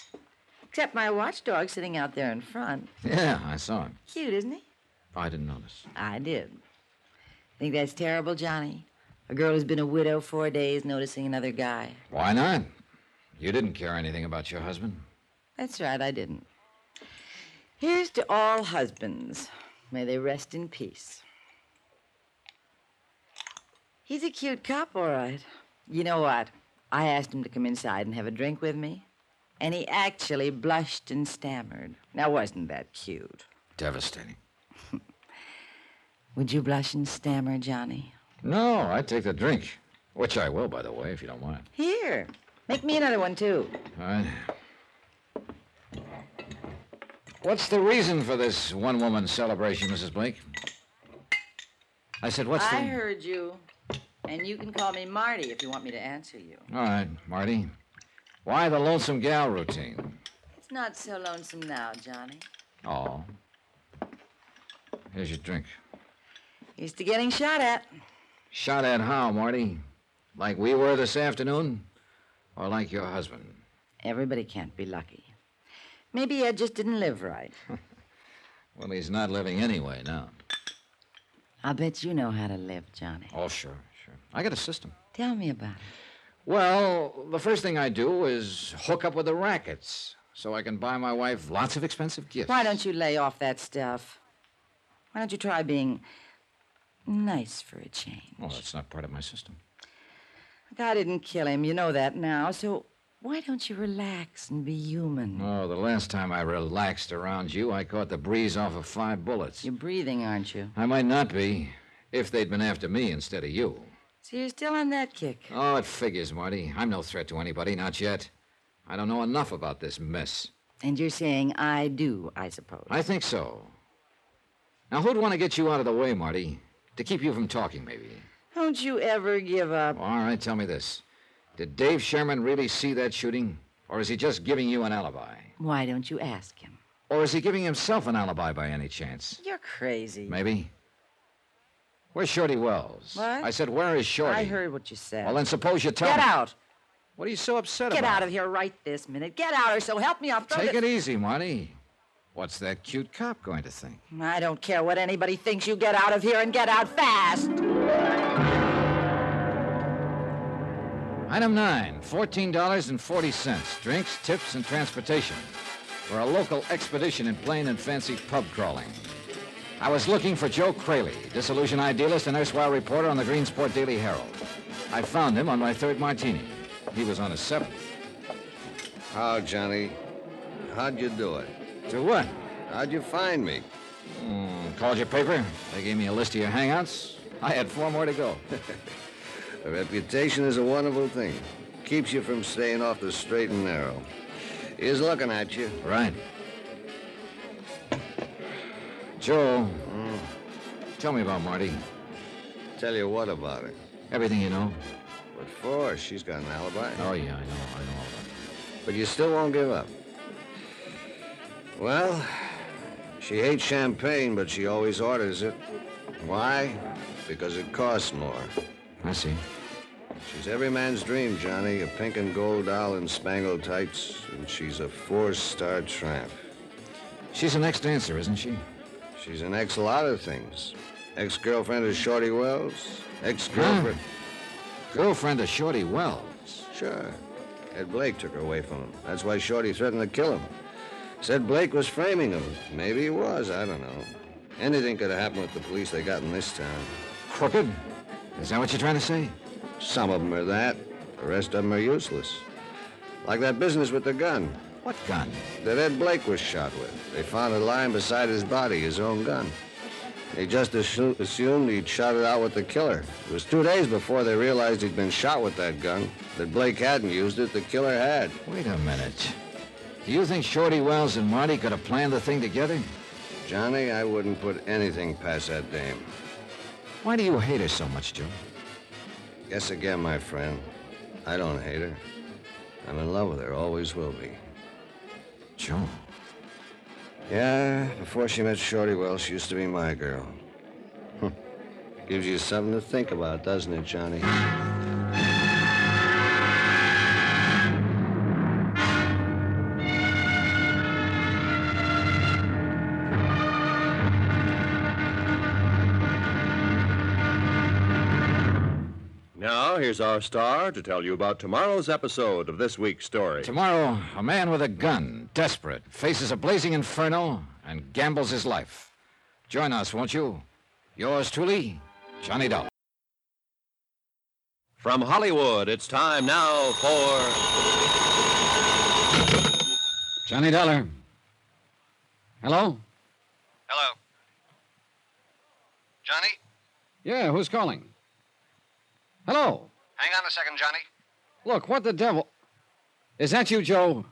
Except my watchdog sitting out there in front. Yeah, I saw him. Cute, isn't he? I didn't notice. I did. Think that's terrible, Johnny? A girl who's been a widow four days noticing another guy. Why not? You didn't care anything about your husband. That's right, I didn't. Here's to all husbands. May they rest in peace. He's a cute cop, all right. You know what? I asked him to come inside and have a drink with me, and he actually blushed and stammered. Now, wasn't that cute? Devastating. Would you blush and stammer, Johnny? No, I take the drink. Which I will, by the way, if you don't mind. Here, make me another one, too. All right. What's the reason for this one woman celebration, Mrs. Blake? I said, what's the. I heard you, and you can call me Marty if you want me to answer you. All right, Marty. Why the lonesome gal routine? It's not so lonesome now, Johnny. Oh. Here's your drink. Used to getting shot at. Shot at how, Marty? Like we were this afternoon? Or like your husband? Everybody can't be lucky. Maybe Ed just didn't live right. Well, he's not living anyway now. I'll bet you know how to live, Johnny. Oh, sure, sure. I got a system. Tell me about it. Well, the first thing I do is hook up with the rackets so I can buy my wife lots of expensive gifts. Why don't you lay off that stuff? Why don't you try being nice for a change? Well, that's not part of my system. God didn't kill him, you know that now, so why don't you relax and be human? Oh, the last time I relaxed around you, I caught the breeze off of five bullets. You're breathing, aren't you? I might not be if they'd been after me instead of you. So you're still on that kick. Oh, it figures, Marty. I'm no threat to anybody, not yet. I don't know enough about this mess. And you're saying I do, I suppose. I think so. Now, who'd want to get you out of the way, Marty? To keep you from talking, maybe. Don't you ever give up. All right, tell me this. Did Dave Sherman really see that shooting? Or is he just giving you an alibi? Why don't you ask him? Or is he giving himself an alibi by any chance? You're crazy. Maybe. Where's Shorty Wells? What? I said, where is Shorty? I heard what you said. Well, then suppose you tell Get me. out. What are you so upset Get about? out of here right this minute. Get out, or so help me, I'll throw Take this- it easy, Marty. What's that cute cop going to think? I don't care what anybody thinks. You get out of here and get out fast. Item 9, $14.40. Drinks, tips, and transportation. For a local expedition in plain and fancy pub crawling. I was looking for Joe Crayley, disillusioned idealist and erstwhile reporter on the Greensport Daily Herald. I found him on my third martini. He was on his seventh. How, Johnny? How'd you do it? To what? How'd you find me? Mm, called your paper. They gave me a list of your hangouts. I had four more to go. A reputation is a wonderful thing. Keeps you from staying off the straight and narrow. He's looking at you. right. Joe, Hmm. tell me about Marty. Tell you what about her. Everything you know. What for? She's got an alibi. Oh, yeah, I know, I know all that. But you still won't give up. Well, she hates champagne, but she always orders it. Why? Because it costs more. I see. She's every man's dream, Johnny. A pink and gold doll in spangled tights, and she's a four-star tramp. She's an ex-dancer, isn't she? She's an ex lot of things. Ex-girlfriend of Shorty Wells. Ex-girlfriend. Hmm. Girlfriend of Shorty Wells. Sure. Ed Blake took her away from him. That's why Shorty threatened to kill him. Said Blake was framing him. Maybe he was. I don't know. Anything could have happened with the police they got in this town. Crooked? Is that what you're trying to say? Some of them are that. The rest of them are useless. Like that business with the gun What gun? that Ed Blake was shot with. They found it lying beside his body, his own gun. They just assu- assumed he'd shot it out with the killer. It was two days before they realized he'd been shot with that gun. That Blake hadn't used it, the killer had. Wait a minute. Do you think Shorty Wells and Marty could have planned the thing together? Johnny, I wouldn't put anything past that dame. Why do you hate her so much, Joe? Guess again, my friend. I don't hate her. I'm in love with her, always will be. Joe. Yeah, before she met Shorty Wells, she used to be my girl. Gives you something to think about, doesn't it, Johnny? Now, here's our star to tell you about tomorrow's episode of this week's story. Tomorrow, a man with a gun, desperate, faces a blazing inferno and gambles his life. Join us, won't you? Yours truly, Johnny Dollar. From Hollywood, it's time now for. Johnny Dollar. Hello? Hello. Johnny? Yeah, who's calling? Hello. Hang on a second, Johnny. Look, what the devil? Is that you, Joe?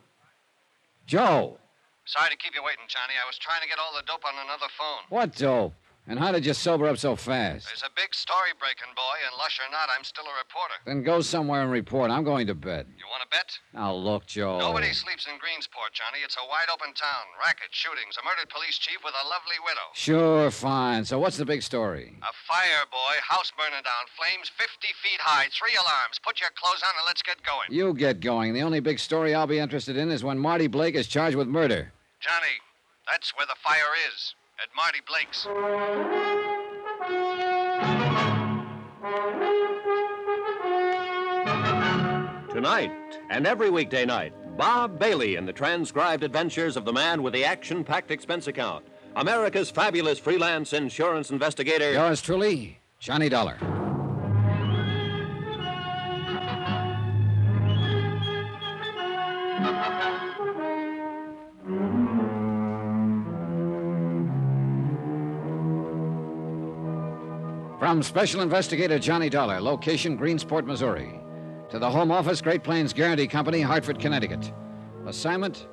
Joe. Sorry to keep you waiting, Johnny. I was trying to get all the dope on another phone. What dope? And how did you sober up so fast? There's a big story breaking, boy, and lush or not, I'm still a reporter. Then go somewhere and report. I'm going to bed. You want to bet? Now, look, Joe. Nobody sleeps in Greensport, Johnny. It's a wide open town. Racket, shootings, a murdered police chief with a lovely widow. Sure, fine. So, what's the big story? A fire, boy. House burning down. Flames 50 feet high. Three alarms. Put your clothes on and let's get going. You get going. The only big story I'll be interested in is when Marty Blake is charged with murder. Johnny, that's where the fire is. At Marty Blake's. Tonight and every weekday night, Bob Bailey in the transcribed adventures of the man with the action packed expense account. America's fabulous freelance insurance investigator. Yours truly, Johnny Dollar. From Special Investigator Johnny Dollar, location Greensport, Missouri, to the Home Office, Great Plains Guarantee Company, Hartford, Connecticut. Assignment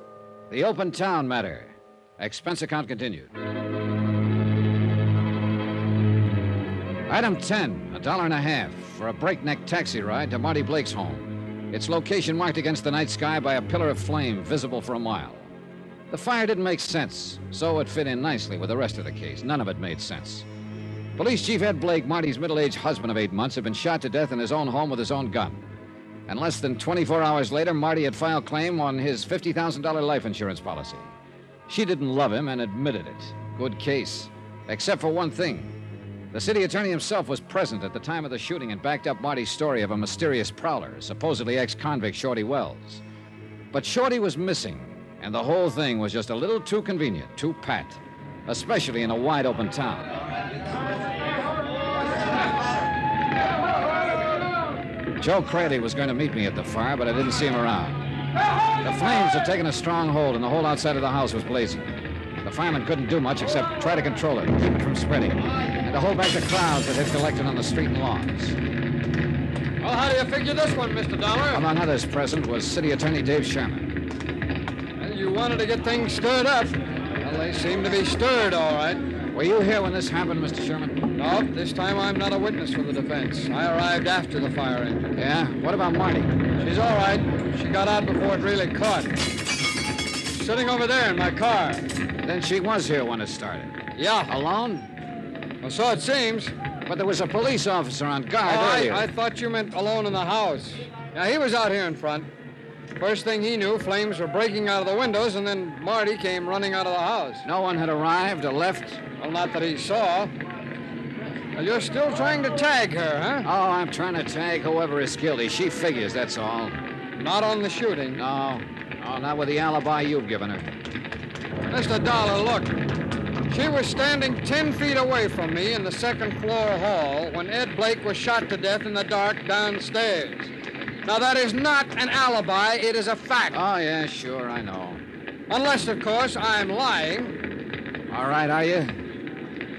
The Open Town Matter. Expense account continued. Item 10, a dollar and a half for a breakneck taxi ride to Marty Blake's home. Its location marked against the night sky by a pillar of flame visible for a mile. The fire didn't make sense, so it fit in nicely with the rest of the case. None of it made sense. Police Chief Ed Blake, Marty's middle aged husband of eight months, had been shot to death in his own home with his own gun. And less than 24 hours later, Marty had filed claim on his $50,000 life insurance policy. She didn't love him and admitted it. Good case. Except for one thing. The city attorney himself was present at the time of the shooting and backed up Marty's story of a mysterious prowler, supposedly ex convict Shorty Wells. But Shorty was missing, and the whole thing was just a little too convenient, too pat, especially in a wide open town. Joe Crady was going to meet me at the fire, but I didn't see him around. The flames had taken a strong hold, and the whole outside of the house was blazing. The firemen couldn't do much except try to control it, keep it from spreading, and to hold back the crowds that had collected on the street and lawns. Well, how do you figure this one, Mr. Dollar? Among others present was City Attorney Dave Sherman. Well, you wanted to get things stirred up. Well, they seem to be stirred, all right. Were you here when this happened, Mr. Sherman? No, this time I'm not a witness for the defense. I arrived after the fire engine. Yeah? What about Marty? She's all right. She got out before it really caught. Sitting over there in my car. Then she was here when it started. Yeah, Alone? well, so it seems. But there was a police officer on guard Oh, earlier. I, I thought you meant alone in the house. Now, he was out here in front. First thing he knew, flames were breaking out of the windows, and then Marty came running out of the house. No one had arrived or left. Well, not that he saw. Well, you're still trying to tag her, huh? Oh, I'm trying to tag whoever is guilty. She figures, that's all. Not on the shooting. No, no, not with the alibi you've given her. Mr. Dollar, look. She was standing ten feet away from me in the second floor hall when Ed Blake was shot to death in the dark downstairs. Now, that is not an alibi, it is a fact. Oh, yeah, sure, I know. Unless, of course, I'm lying. All right, are you?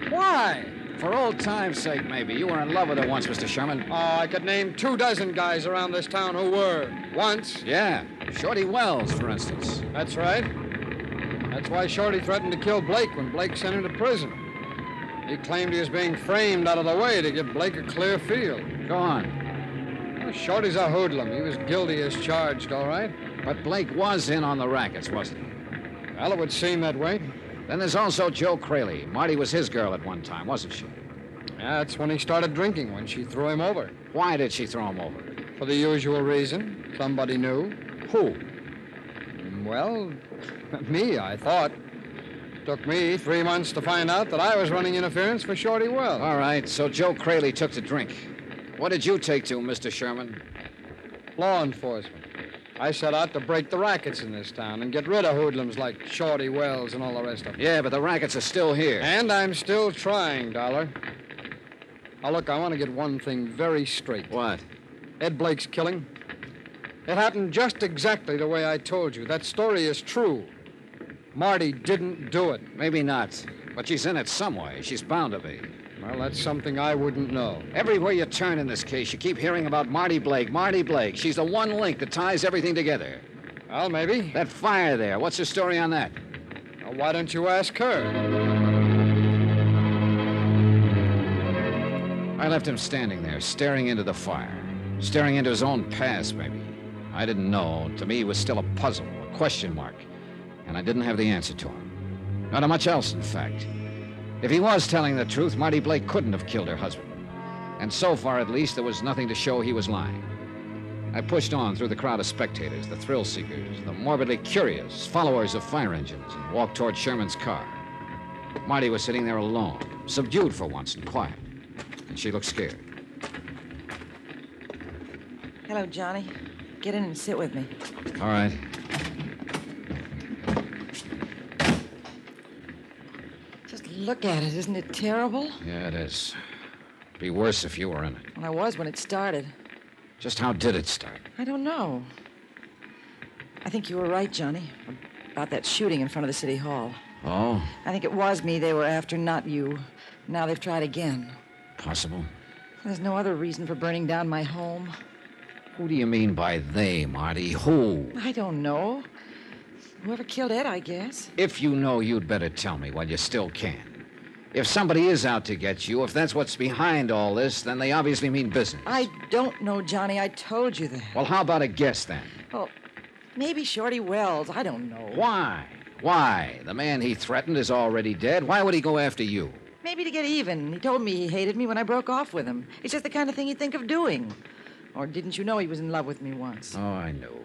Why? For old time's sake, maybe. You were in love with her once, Mr. Sherman. Oh, I could name two dozen guys around this town who were. Once. Yeah. Shorty Wells, for instance. That's right. That's why Shorty threatened to kill Blake when Blake sent him to prison. He claimed he was being framed out of the way to give Blake a clear field. Go on. Well, Shorty's a hoodlum. He was guilty as charged, all right. But Blake was in on the rackets, wasn't he? Well, it would seem that way. Then there's also Joe Crayley. Marty was his girl at one time, wasn't she? Yeah, that's when he started drinking, when she threw him over. Why did she throw him over? For the usual reason. Somebody knew. Who? Well, me, I thought. Took me three months to find out that I was running interference for Shorty Wells. All right, so Joe Crayley took to drink. What did you take to, Mr. Sherman? Law enforcement. I set out to break the rackets in this town and get rid of hoodlums like Shorty Wells and all the rest of them. Yeah, but the rackets are still here. And I'm still trying, Dollar. Now, look, I want to get one thing very straight. What? Ed Blake's killing. It happened just exactly the way I told you. That story is true. Marty didn't do it. Maybe not. But she's in it some way. She's bound to be. Well, that's something I wouldn't know. Everywhere you turn in this case, you keep hearing about Marty Blake, Marty Blake. She's the one link that ties everything together. Well, maybe. That fire there, what's the story on that? Now, why don't you ask her? I left him standing there, staring into the fire, staring into his own past, maybe. I didn't know. To me, it was still a puzzle, a question mark, and I didn't have the answer to him. Not much else, in fact. If he was telling the truth, Marty Blake couldn't have killed her husband. And so far, at least, there was nothing to show he was lying. I pushed on through the crowd of spectators, the thrill seekers, the morbidly curious, followers of fire engines, and walked toward Sherman's car. Marty was sitting there alone, subdued for once and quiet, and she looked scared. Hello, Johnny. Get in and sit with me. All right. Just look at it. Isn't it terrible? Yeah, it is. Be worse if you were in it. Well, I was when it started. Just how did it start? I don't know. I think you were right, Johnny, about that shooting in front of the city hall. Oh, I think it was me they were after, not you. Now they've tried again. possible. There's no other reason for burning down my home. Who do you mean by they, Marty? Who? I don't know. Whoever killed Ed, I guess. If you know, you'd better tell me while you still can. If somebody is out to get you, if that's what's behind all this, then they obviously mean business. I don't know, Johnny. I told you that. Well, how about a guess then? Well, maybe Shorty Wells. I don't know. Why? Why? The man he threatened is already dead. Why would he go after you? Maybe to get even. He told me he hated me when I broke off with him. It's just the kind of thing he'd think of doing. Or didn't you know he was in love with me once? Oh, I know.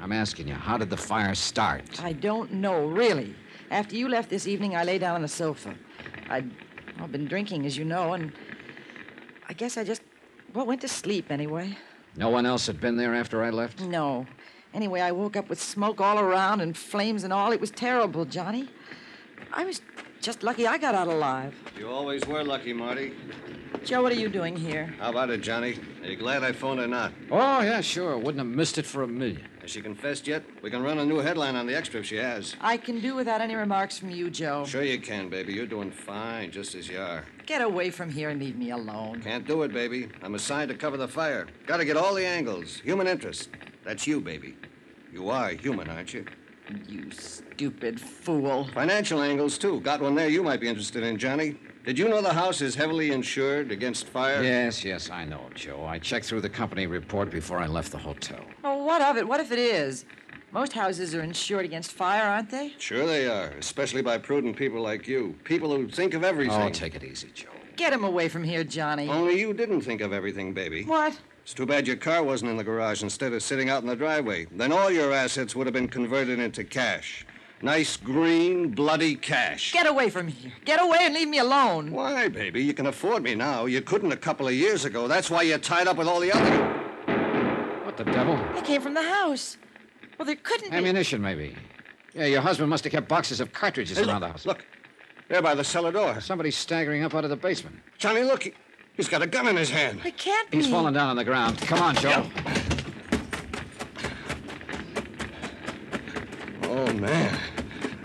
I'm asking you, how did the fire start? I don't know, really. After you left this evening, I lay down on the sofa. I'd I've been drinking, as you know, and I guess I just, well, went to sleep anyway. No one else had been there after I left? No. Anyway, I woke up with smoke all around and flames and all. It was terrible, Johnny. I was just lucky I got out alive. You always were lucky, Marty. Joe, what are you doing here? How about it, Johnny? Are you glad I phoned or not? Oh, yeah, sure. Wouldn't have missed it for a million. Has she confessed yet? We can run a new headline on the extra if she has. I can do without any remarks from you, Joe. Sure you can, baby. You're doing fine, just as you are. Get away from here and leave me alone. Can't do it, baby. I'm assigned to cover the fire. Gotta get all the angles. Human interest. That's you, baby. You are human, aren't you? You stupid fool. Financial angles, too. Got one there you might be interested in, Johnny. Did you know the house is heavily insured against fire? Yes, yes, I know, Joe. I checked through the company report before I left the hotel. Well, what of it? What if it is? Most houses are insured against fire, aren't they? Sure they are, especially by prudent people like you. People who think of everything. Oh, take it easy, Joe. Get him away from here, Johnny. Only you didn't think of everything, baby. What? It's too bad your car wasn't in the garage instead of sitting out in the driveway. Then all your assets would have been converted into cash. Nice green, bloody cash. Get away from here. Get away and leave me alone. Why, baby? You can afford me now. You couldn't a couple of years ago. That's why you're tied up with all the other. What the devil? I came from the house. Well, there couldn't be. Ammunition, maybe. Yeah, your husband must have kept boxes of cartridges Hey, look, around the house. look. There by the cellar door. Somebody's staggering up out of the basement. Johnny, look. He, has got a gun in his hand. It can't be. He's fallen down on the ground. Come on, Joe. Oh, man.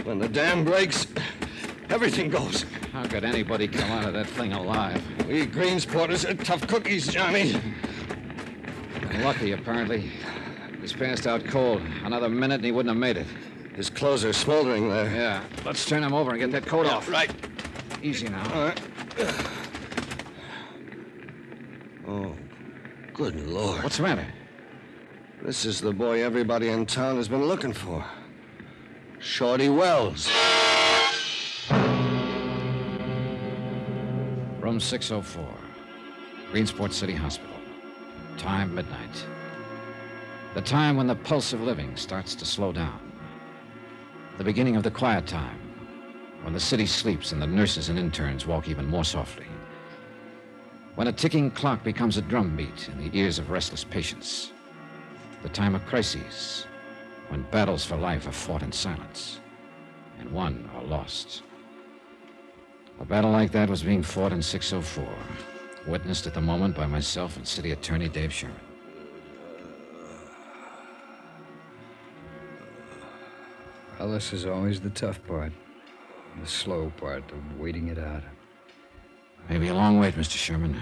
When the dam breaks, everything goes. How could anybody come out of that thing alive? We Greensporters are tough cookies, Johnny. Lucky, apparently. He's passed out cold. Another minute and he wouldn't have made it. His clothes are smoldering there. Yeah. Let's turn him over and get that coat off. Right. Easy now. All right. Oh, good Lord. What's the matter? This is the boy everybody in town has been looking for Shorty Wells. Room 604, Greensport City Hospital. Time midnight. The time when the pulse of living starts to slow down. The beginning of the quiet time, when the city sleeps and the nurses and interns walk even more softly. When a ticking clock becomes a drumbeat in the ears of restless patients. The time of crises, when battles for life are fought in silence and won or lost. A battle like that was being fought in 604, witnessed at the moment by myself and City Attorney Dave Sherman. Well, this is always the tough part. The slow part of waiting it out. Maybe a long wait, Mr. Sherman.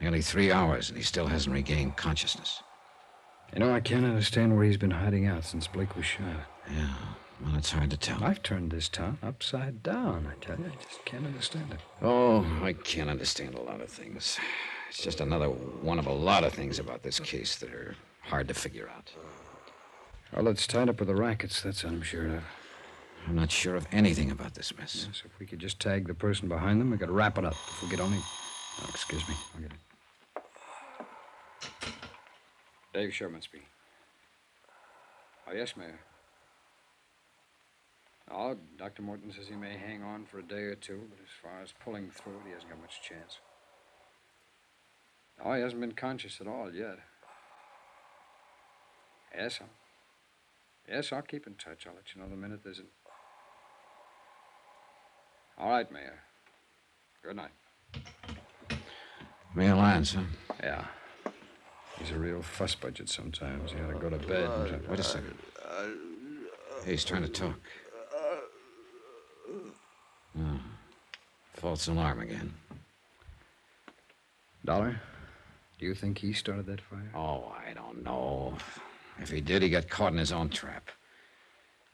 Nearly three hours, and he still hasn't regained consciousness. You know, I can't understand where he's been hiding out since Blake was shot. Yeah, well, it's hard to tell. I've turned this town upside down, I tell you. I just can't understand it. Oh, I can't understand a lot of things. It's just another one of a lot of things about this case that are hard to figure out. Well, it's tied up with the rackets, that's I'm sure of. I'm not sure of anything about this mess. Yes, if we could just tag the person behind them, we could wrap it up if we could only. Oh, excuse me. I'll get it. Dave Sherman speaking. Oh, yes, Mayor. Oh, Dr. Morton says he may hang on for a day or two, but as far as pulling through it, he hasn't got much chance. Oh, he hasn't been conscious at all yet. Yes, I'll... Yes, I'll keep in touch. I'll let you know the minute there's an... All right, Mayor. Good night. Mayor Lyons, huh? Yeah. He's a real fuss budget sometimes. He ought to go to bed. and- Wait a second. Hey, he's trying to talk. Oh, false alarm again. Dollar, do you think he started that fire? Oh, I don't know. If he did, he got caught in his own trap.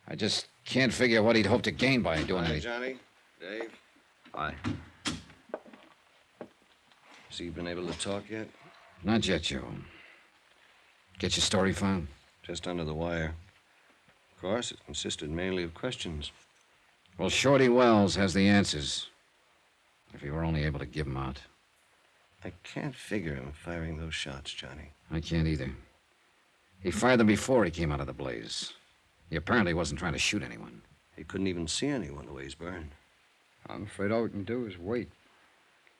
I just can't figure what he'd hope to gain by doing Hi, anything. Johnny. Dave. Aye. Has he been able to talk yet? Not yet, Joe. Get your story found? Just under the wire. Of course, it consisted mainly of questions. Well, Shorty Wells has the answers. If he were only able to give 'em out. I can't figure him firing those shots, Johnny. I can't either. He fired them before he came out of the blaze. He apparently wasn't trying to shoot anyone. He couldn't even see anyone the way he's burned. I'm afraid all we can do is wait.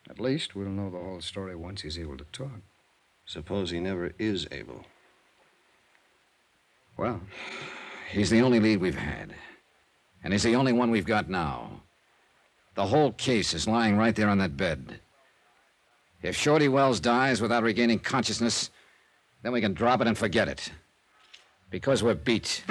At least we'll know the whole story once he's able to talk. Suppose he never is able. Well, He's the only lead we've had. And he's the only one we've got now. The whole case is lying right there on that bed. If Shorty Wells dies without regaining consciousness, then we can drop it and forget it. Because we're beat.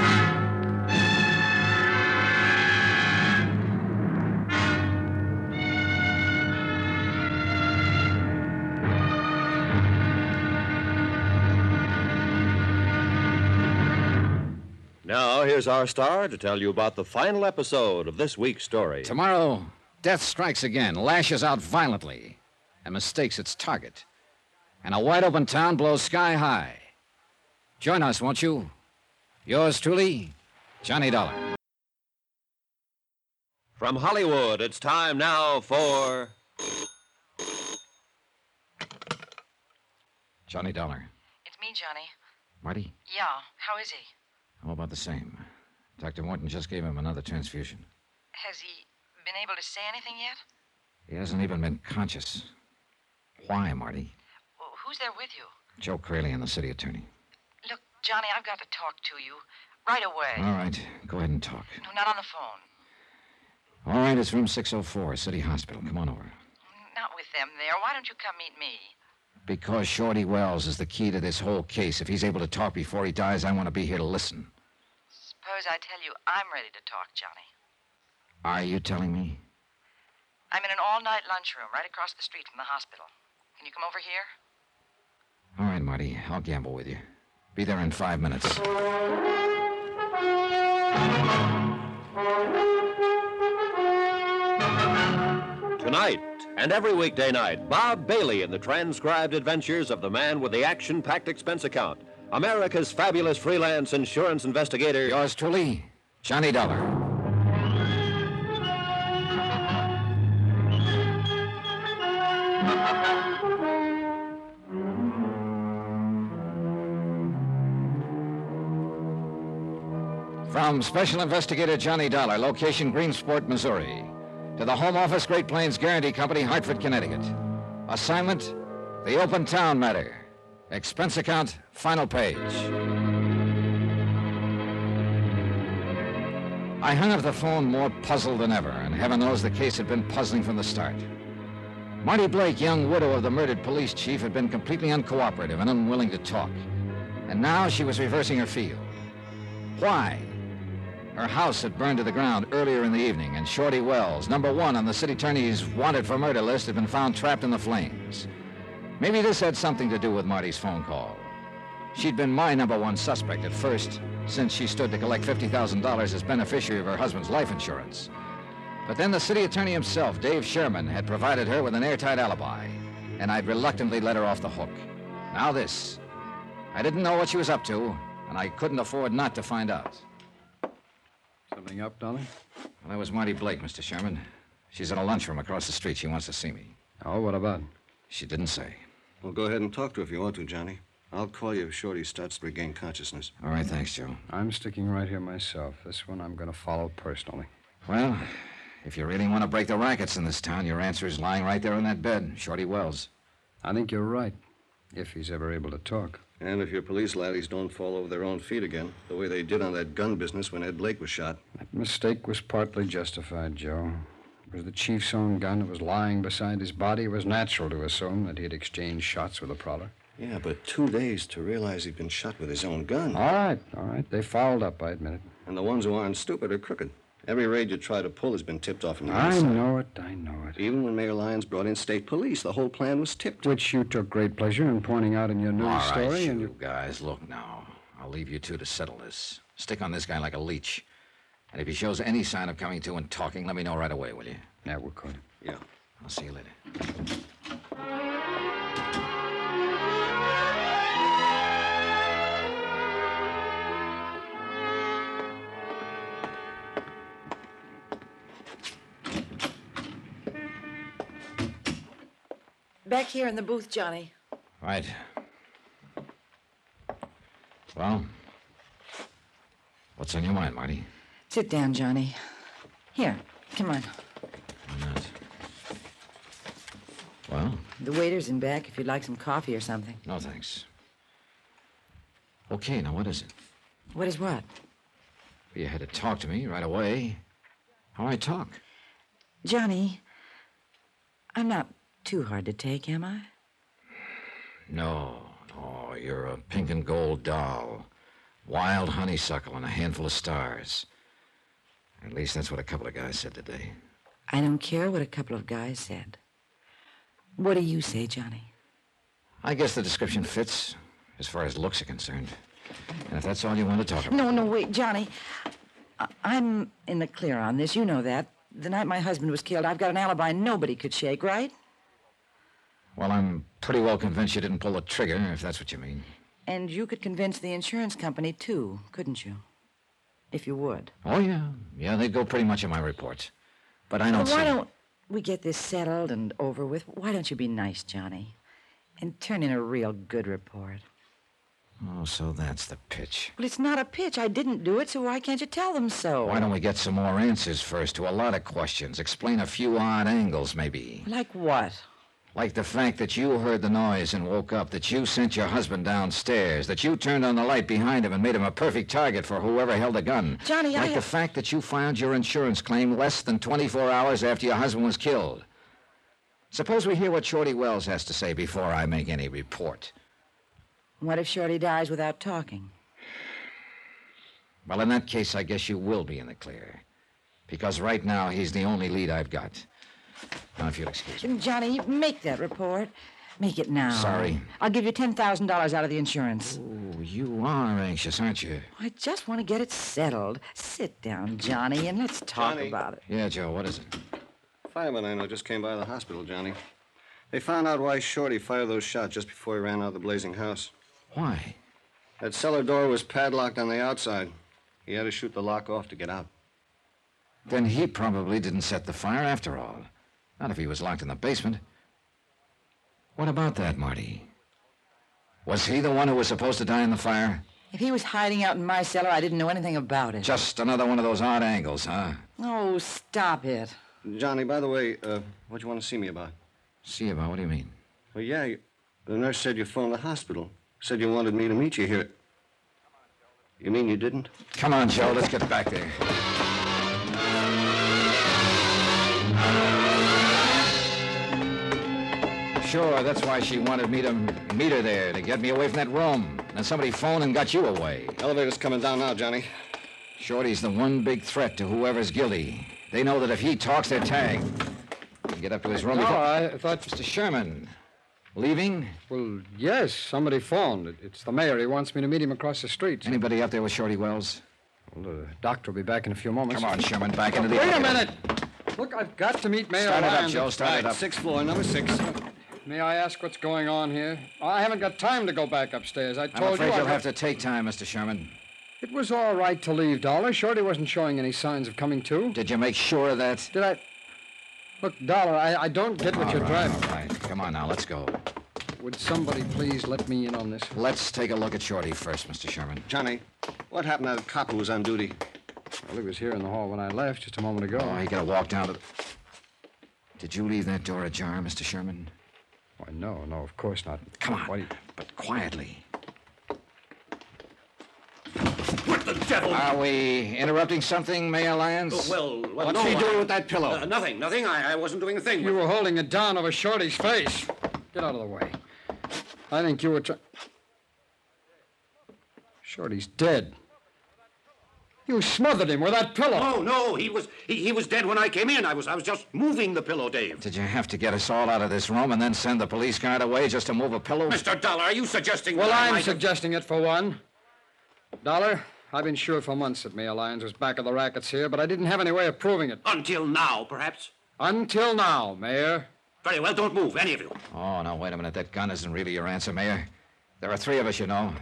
Now, here's our star to tell you about the final episode of this week's story. Tomorrow, death strikes again, lashes out violently, and mistakes its target. And a wide open town blows sky high. Join us, won't you? Yours truly, Johnny Dollar. From Hollywood, it's time now for. Johnny Dollar. It's me, Johnny. Marty, Yeah, how is he? how about the same? Dr. Morton just gave him another transfusion. Has he been able to say anything yet? He hasn't even been conscious. Why, Marty? Well, who's there with you? Joe Crayley and the city attorney. Look, Johnny, I've got to talk to you right away. All right, go ahead and talk. No, not on the phone. All right, it's room 604, City Hospital. Come on over. Not with them there. Why don't you come meet me? Because Shorty Wells is the key to this whole case. If he's able to talk before he dies, I want to be here to listen. Suppose I tell you I'm ready to talk, Johnny. Are you telling me? I'm in an all night lunchroom right across the street from the hospital. Can you come over here? All right, Marty, I'll gamble with you. Be there in five minutes. Tonight and every weekday night, Bob Bailey in the transcribed adventures of the man with the action packed expense account, America's fabulous freelance insurance investigator. Yours truly, Johnny Dollar. From Special Investigator Johnny Dollar, location Greensport, Missouri, to the Home Office Great Plains Guarantee Company, Hartford, Connecticut. Assignment The Open Town Matter. Expense account, final page. I hung up the phone more puzzled than ever, and heaven knows the case had been puzzling from the start. Marty Blake, young widow of the murdered police chief, had been completely uncooperative and unwilling to talk. And now she was reversing her field. Why? Her house had burned to the ground earlier in the evening, and Shorty Wells, number one on the city attorney's wanted for murder list, had been found trapped in the flames. Maybe this had something to do with Marty's phone call. She'd been my number one suspect at first, since she stood to collect $50,000 as beneficiary of her husband's life insurance. But then the city attorney himself, Dave Sherman, had provided her with an airtight alibi, and I'd reluctantly let her off the hook. Now, this. I didn't know what she was up to, and I couldn't afford not to find out. Something up, Dollar? Well, that was Marty Blake, Mr. Sherman. She's in a lunchroom across the street. She wants to see me. Oh, what about? She didn't say. Well, go ahead and talk to her if you want to, Johnny. I'll call you if Shorty starts to regain consciousness. All right, thanks, Joe. I'm sticking right here myself. This one I'm going to follow personally. Well, if you really want to break the rackets in this town, your answer is lying right there in that bed, Shorty Wells. I think you're right, if he's ever able to talk. And if your police laddies don't fall over their own feet again, the way they did on that gun business when Ed Blake was shot. That mistake was partly justified, Joe. It was the chief's own gun that was lying beside his body. It was natural to assume that he'd exchanged shots with the prowler. Yeah, but two days to realize he'd been shot with his own gun. All right, all right. They fouled up, I admit it. And the ones who aren't stupid are crooked. Every raid you try to pull has been tipped off from the I outside. know it, I know it. Even when Mayor Lyons brought in state police, the whole plan was tipped. Which you took great pleasure in pointing out in your news All right, story. and you you... guys, look now. I'll leave you two to settle this. Stick on this guy like a leech. And if he shows any sign of coming to and talking, let me know right away, will you? Yeah, we're good. Yeah. I'll see you later. Back here in the booth, Johnny. Right. Well, what's on your mind, Marty? Sit down, Johnny. Here, come on. Well, The waiter's in back if you'd like some coffee or something. no thanks. Okay, now what is it? What is what? You had to talk to me right away. How I talk? Johnny, I'm not too hard to take, am I? No, no, you're a pink and gold doll. Wild honeysuckle and a handful of stars. At least that's what a couple of guys said today. I don't care what a couple of guys said. What do you say, Johnny? I guess the description fits as far as looks are concerned. And if that's all you want to talk about. No, no, wait, Johnny. I- I'm in the clear on this. You know that. The night my husband was killed, I've got an alibi nobody could shake, right? Well, I'm pretty well convinced you didn't pull the trigger, if that's what you mean. And you could convince the insurance company, too, couldn't you? If you would. Oh, yeah. Yeah, they go pretty much in my report. But I don't Well, why see. don't we get this settled and over with? Why don't you be nice, Johnny? And turn in a real good report. Oh, so that's the pitch. Well, it's not a pitch. I didn't do it, so why can't you tell them so? Oh, Why don't we get some more answers first to a lot of questions? Explain a few odd angles, maybe. Like what? Like the fact that you heard the noise and woke up, that you sent your husband downstairs, that you turned on the light behind him and made him a perfect target for whoever held the gun. Johnny, I like the have- fact that you filed your insurance claim less than 24 hours after your husband was killed. Suppose we hear what Shorty Wells has to say before I make any report. What if Shorty dies without talking? Well, in that case, I guess you will be in the clear. Because right now, he's the only lead I've got. Now, if you'll excuse Johnny, make that report. Make it now. Sorry. I'll give you $10,000 out of the insurance. me. Oh, you are anxious, aren't you? I just want to get it settled. Sit down, Johnny, and let's talk Johnny. about it. Yeah, Joe, what is it? Fireman I know just came by the hospital, Johnny. They found out why Shorty fired those shots just before he ran out of the blazing house. Why? That cellar door was padlocked on the outside. He had to shoot the lock off to get out. Then he probably didn't set the fire after all. Not if he was locked in the basement. What about that, Marty? Was he the one who was supposed to die in the fire? If he was hiding out in my cellar, I didn't know anything about it. Just another one of those odd angles, huh? Oh, stop it. Johnny, by the way, uh, what you want to see me about? See about what do you mean? Well, yeah, you, the nurse said you phoned the hospital. Said you wanted me to meet you here. You mean you didn't? Come on, Joe, let's get back there. Sure, that's why she wanted me to meet her there, to get me away from that room. Then somebody phoned and got you away. Elevator's coming down now, Johnny. Shorty's the one big threat to whoever's guilty. They know that if he talks, they're tagged. We Get up to his room. No, before- I thought. Mr. Sherman, leaving? Well, yes, somebody phoned. It- It's the mayor. He wants me to meet him across the street. Anybody up there with Shorty Wells? Well, the doctor will be back in a few moments. Come on, Sherman, back into the. Wait a minute! Look, I've got to meet Mayor Start it up, Lyons. Joe. Start it up. Sixth floor, number six. May I ask what's going on here? I haven't got time to go back upstairs. I I'm told afraid you. I you'll got- have to take time, Mr. Sherman. It was all right to leave, Dollar. Shorty wasn't showing any signs of coming to. Did you make sure of that? Did I? Look, Dollar, I, I don't get what All you're right, driving. All right, come on now, let's go. Would somebody please let me in on this? Let's take a look at Shorty first, Mr. Sherman. Johnny, what happened to the cop who was on duty? Well, he was here in the hall when I left just a moment ago. Oh, you gotta walk down to the. Did you leave that door ajar, Mr. Sherman? Why, no, no, of course not. Come on. Why do you- But quietly. What the devil? Oh, Are we interrupting something, Mayor Lyons? well, well, What's no, he I- doing with that pillow? Uh, nothing, nothing. I, I wasn't doing a thing. You were holding it down over Shorty's face. Get out of the way. I think you were trying. Shorty's dead. You smothered him with that pillow. No, no, he was he, he was dead when I came in. I was I was just moving the pillow, Dave. Did you have to get us all out of this room and then send the police guard away just to move a pillow? Mr. Dollar, are you suggesting Well, that I I'm might have- suggesting it for one. Dollar, I've been sure for months that Mayor Lyons was back of the rackets here, but I didn't have any way of proving it. until now, perhaps? Until now, Mayor. Very well, don't move, any of you. Oh, no, wait a minute. That gun isn't really your answer, Mayor. There are three of us, you know.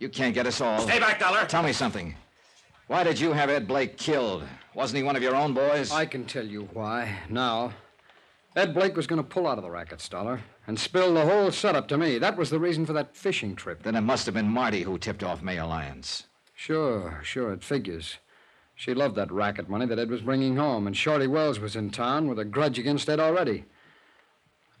You can't get us all. Stay back, Dollar. Tell me something. Why did you have Ed Blake killed? Wasn't he one of your own boys? I can tell you why now. Ed Blake was going to pull out of the rackets, Dollar, and spill the whole setup to me. That was the reason for that fishing trip. Then it must have been Marty who tipped off Mayor Lyons. Sure, sure, it figures. She loved that racket money that Ed was bringing home, and Shorty Wells was in town with a grudge against Ed already.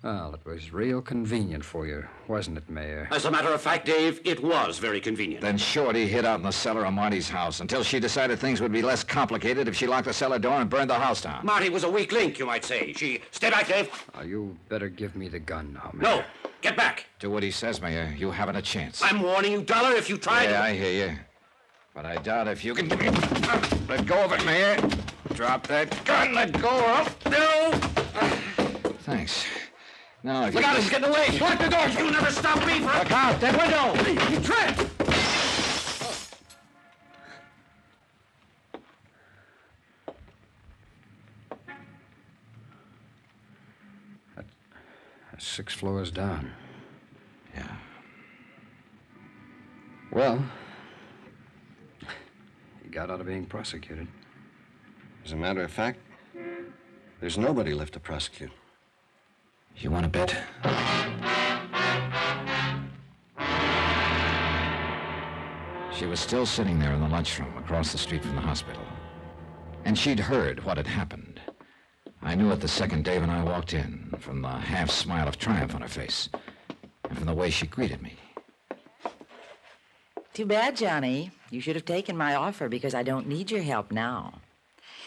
Well, it was real convenient for you, wasn't it, Mayor? As a matter of fact, Dave, it was very convenient. Then Shorty hid out in the cellar of Marty's house until she decided things would be less complicated if she locked the cellar door and burned the house down. Marty was a weak link, you might say. She stay back, Dave. Now, Uh, you better give me the gun now, Mayor. No, get back. Do what he says, Mayor. You haven't a chance. I'm warning you, Dollar. If you try Yeah, to I hear you. But I doubt if you can. Let go of it, Mayor. Drop that gun. Let go of no, Thanks. Now, if look you. out, he's getting away. Lock the door. You never stop me from. Look out that window! You tripped. Six floors down. Yeah. Well, he got out of being prosecuted. As a matter of fact, there's nobody left to prosecute. You want a bet? She was still sitting there in the lunchroom across the street from the hospital. And she'd heard what had happened. I knew it the second day when I walked in, from the half smile of triumph on her face, and from the way she greeted me. Too bad, Johnny. You should have taken my offer because I don't need your help now.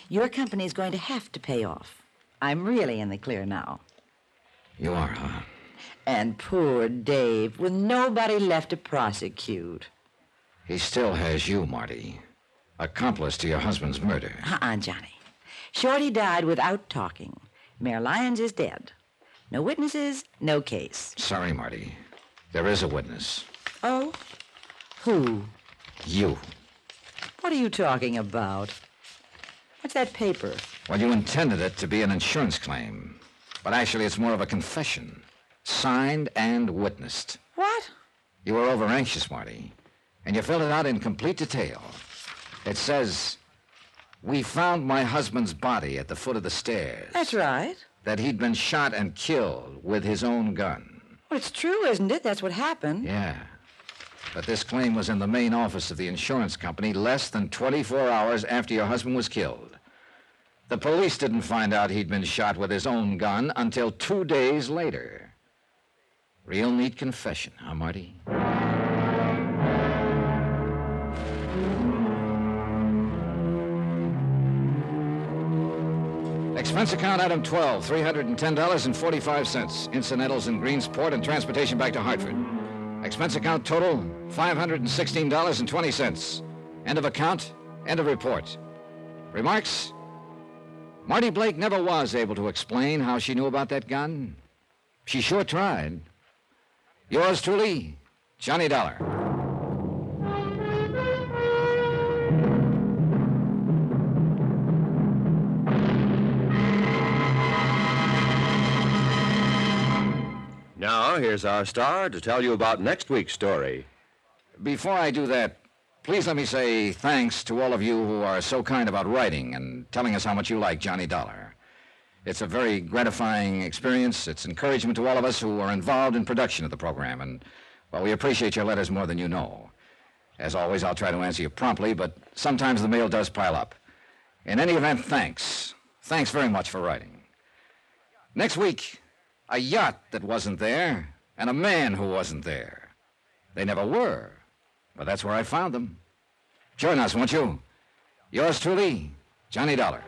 Your company is going to have to pay off. I'm really in the clear now. You are, huh? And poor Dave, with nobody left to prosecute. He still has you, Marty. Accomplice to your husband's murder. Uh-uh, Johnny. Shorty died without talking. Mayor Lyons is dead. No witnesses, no case. Sorry, Marty. There is a witness. Oh? Who? You. What are you talking about? What's that paper? Well, you intended it to be an insurance claim, but actually it's more of a confession, signed and witnessed. What? You were over anxious, Marty, and you filled it out in complete detail. It says, We found my husband's body at the foot of the stairs, That's right. that he'd been shot and killed with his own gun. Well, it's true, isn't it? That's what happened. Yeah. But this claim was in the main office of the insurance company less than 24 hours after your husband was killed. The police didn't find out he'd been shot with his own gun until two days later. Real neat confession, huh, Marty? Expense account item 12, $310.45. Incidentals in Greensport and transportation back to Hartford. Expense account total, $516.20. End of account, end of report. Remarks? Marty Blake never was able to explain how she knew about that gun. She sure tried. Yours truly, Johnny Dollar. Now, here's our star to tell you about next week's story. Before I do that, please let me say thanks to all of you who are so kind about writing and telling us how much you like Johnny Dollar. It's a very gratifying experience. It's encouragement to all of us who are involved in production of the program, and well, we appreciate your letters more than you know. As always, I'll try to answer you promptly, but sometimes the mail does pile up. In any event, thanks. Thanks very much for writing. Next week, a yacht that wasn't there, and a man who wasn't there. They never were. But that's where I found them. Join us, won't you? Yours truly, Johnny Dollar.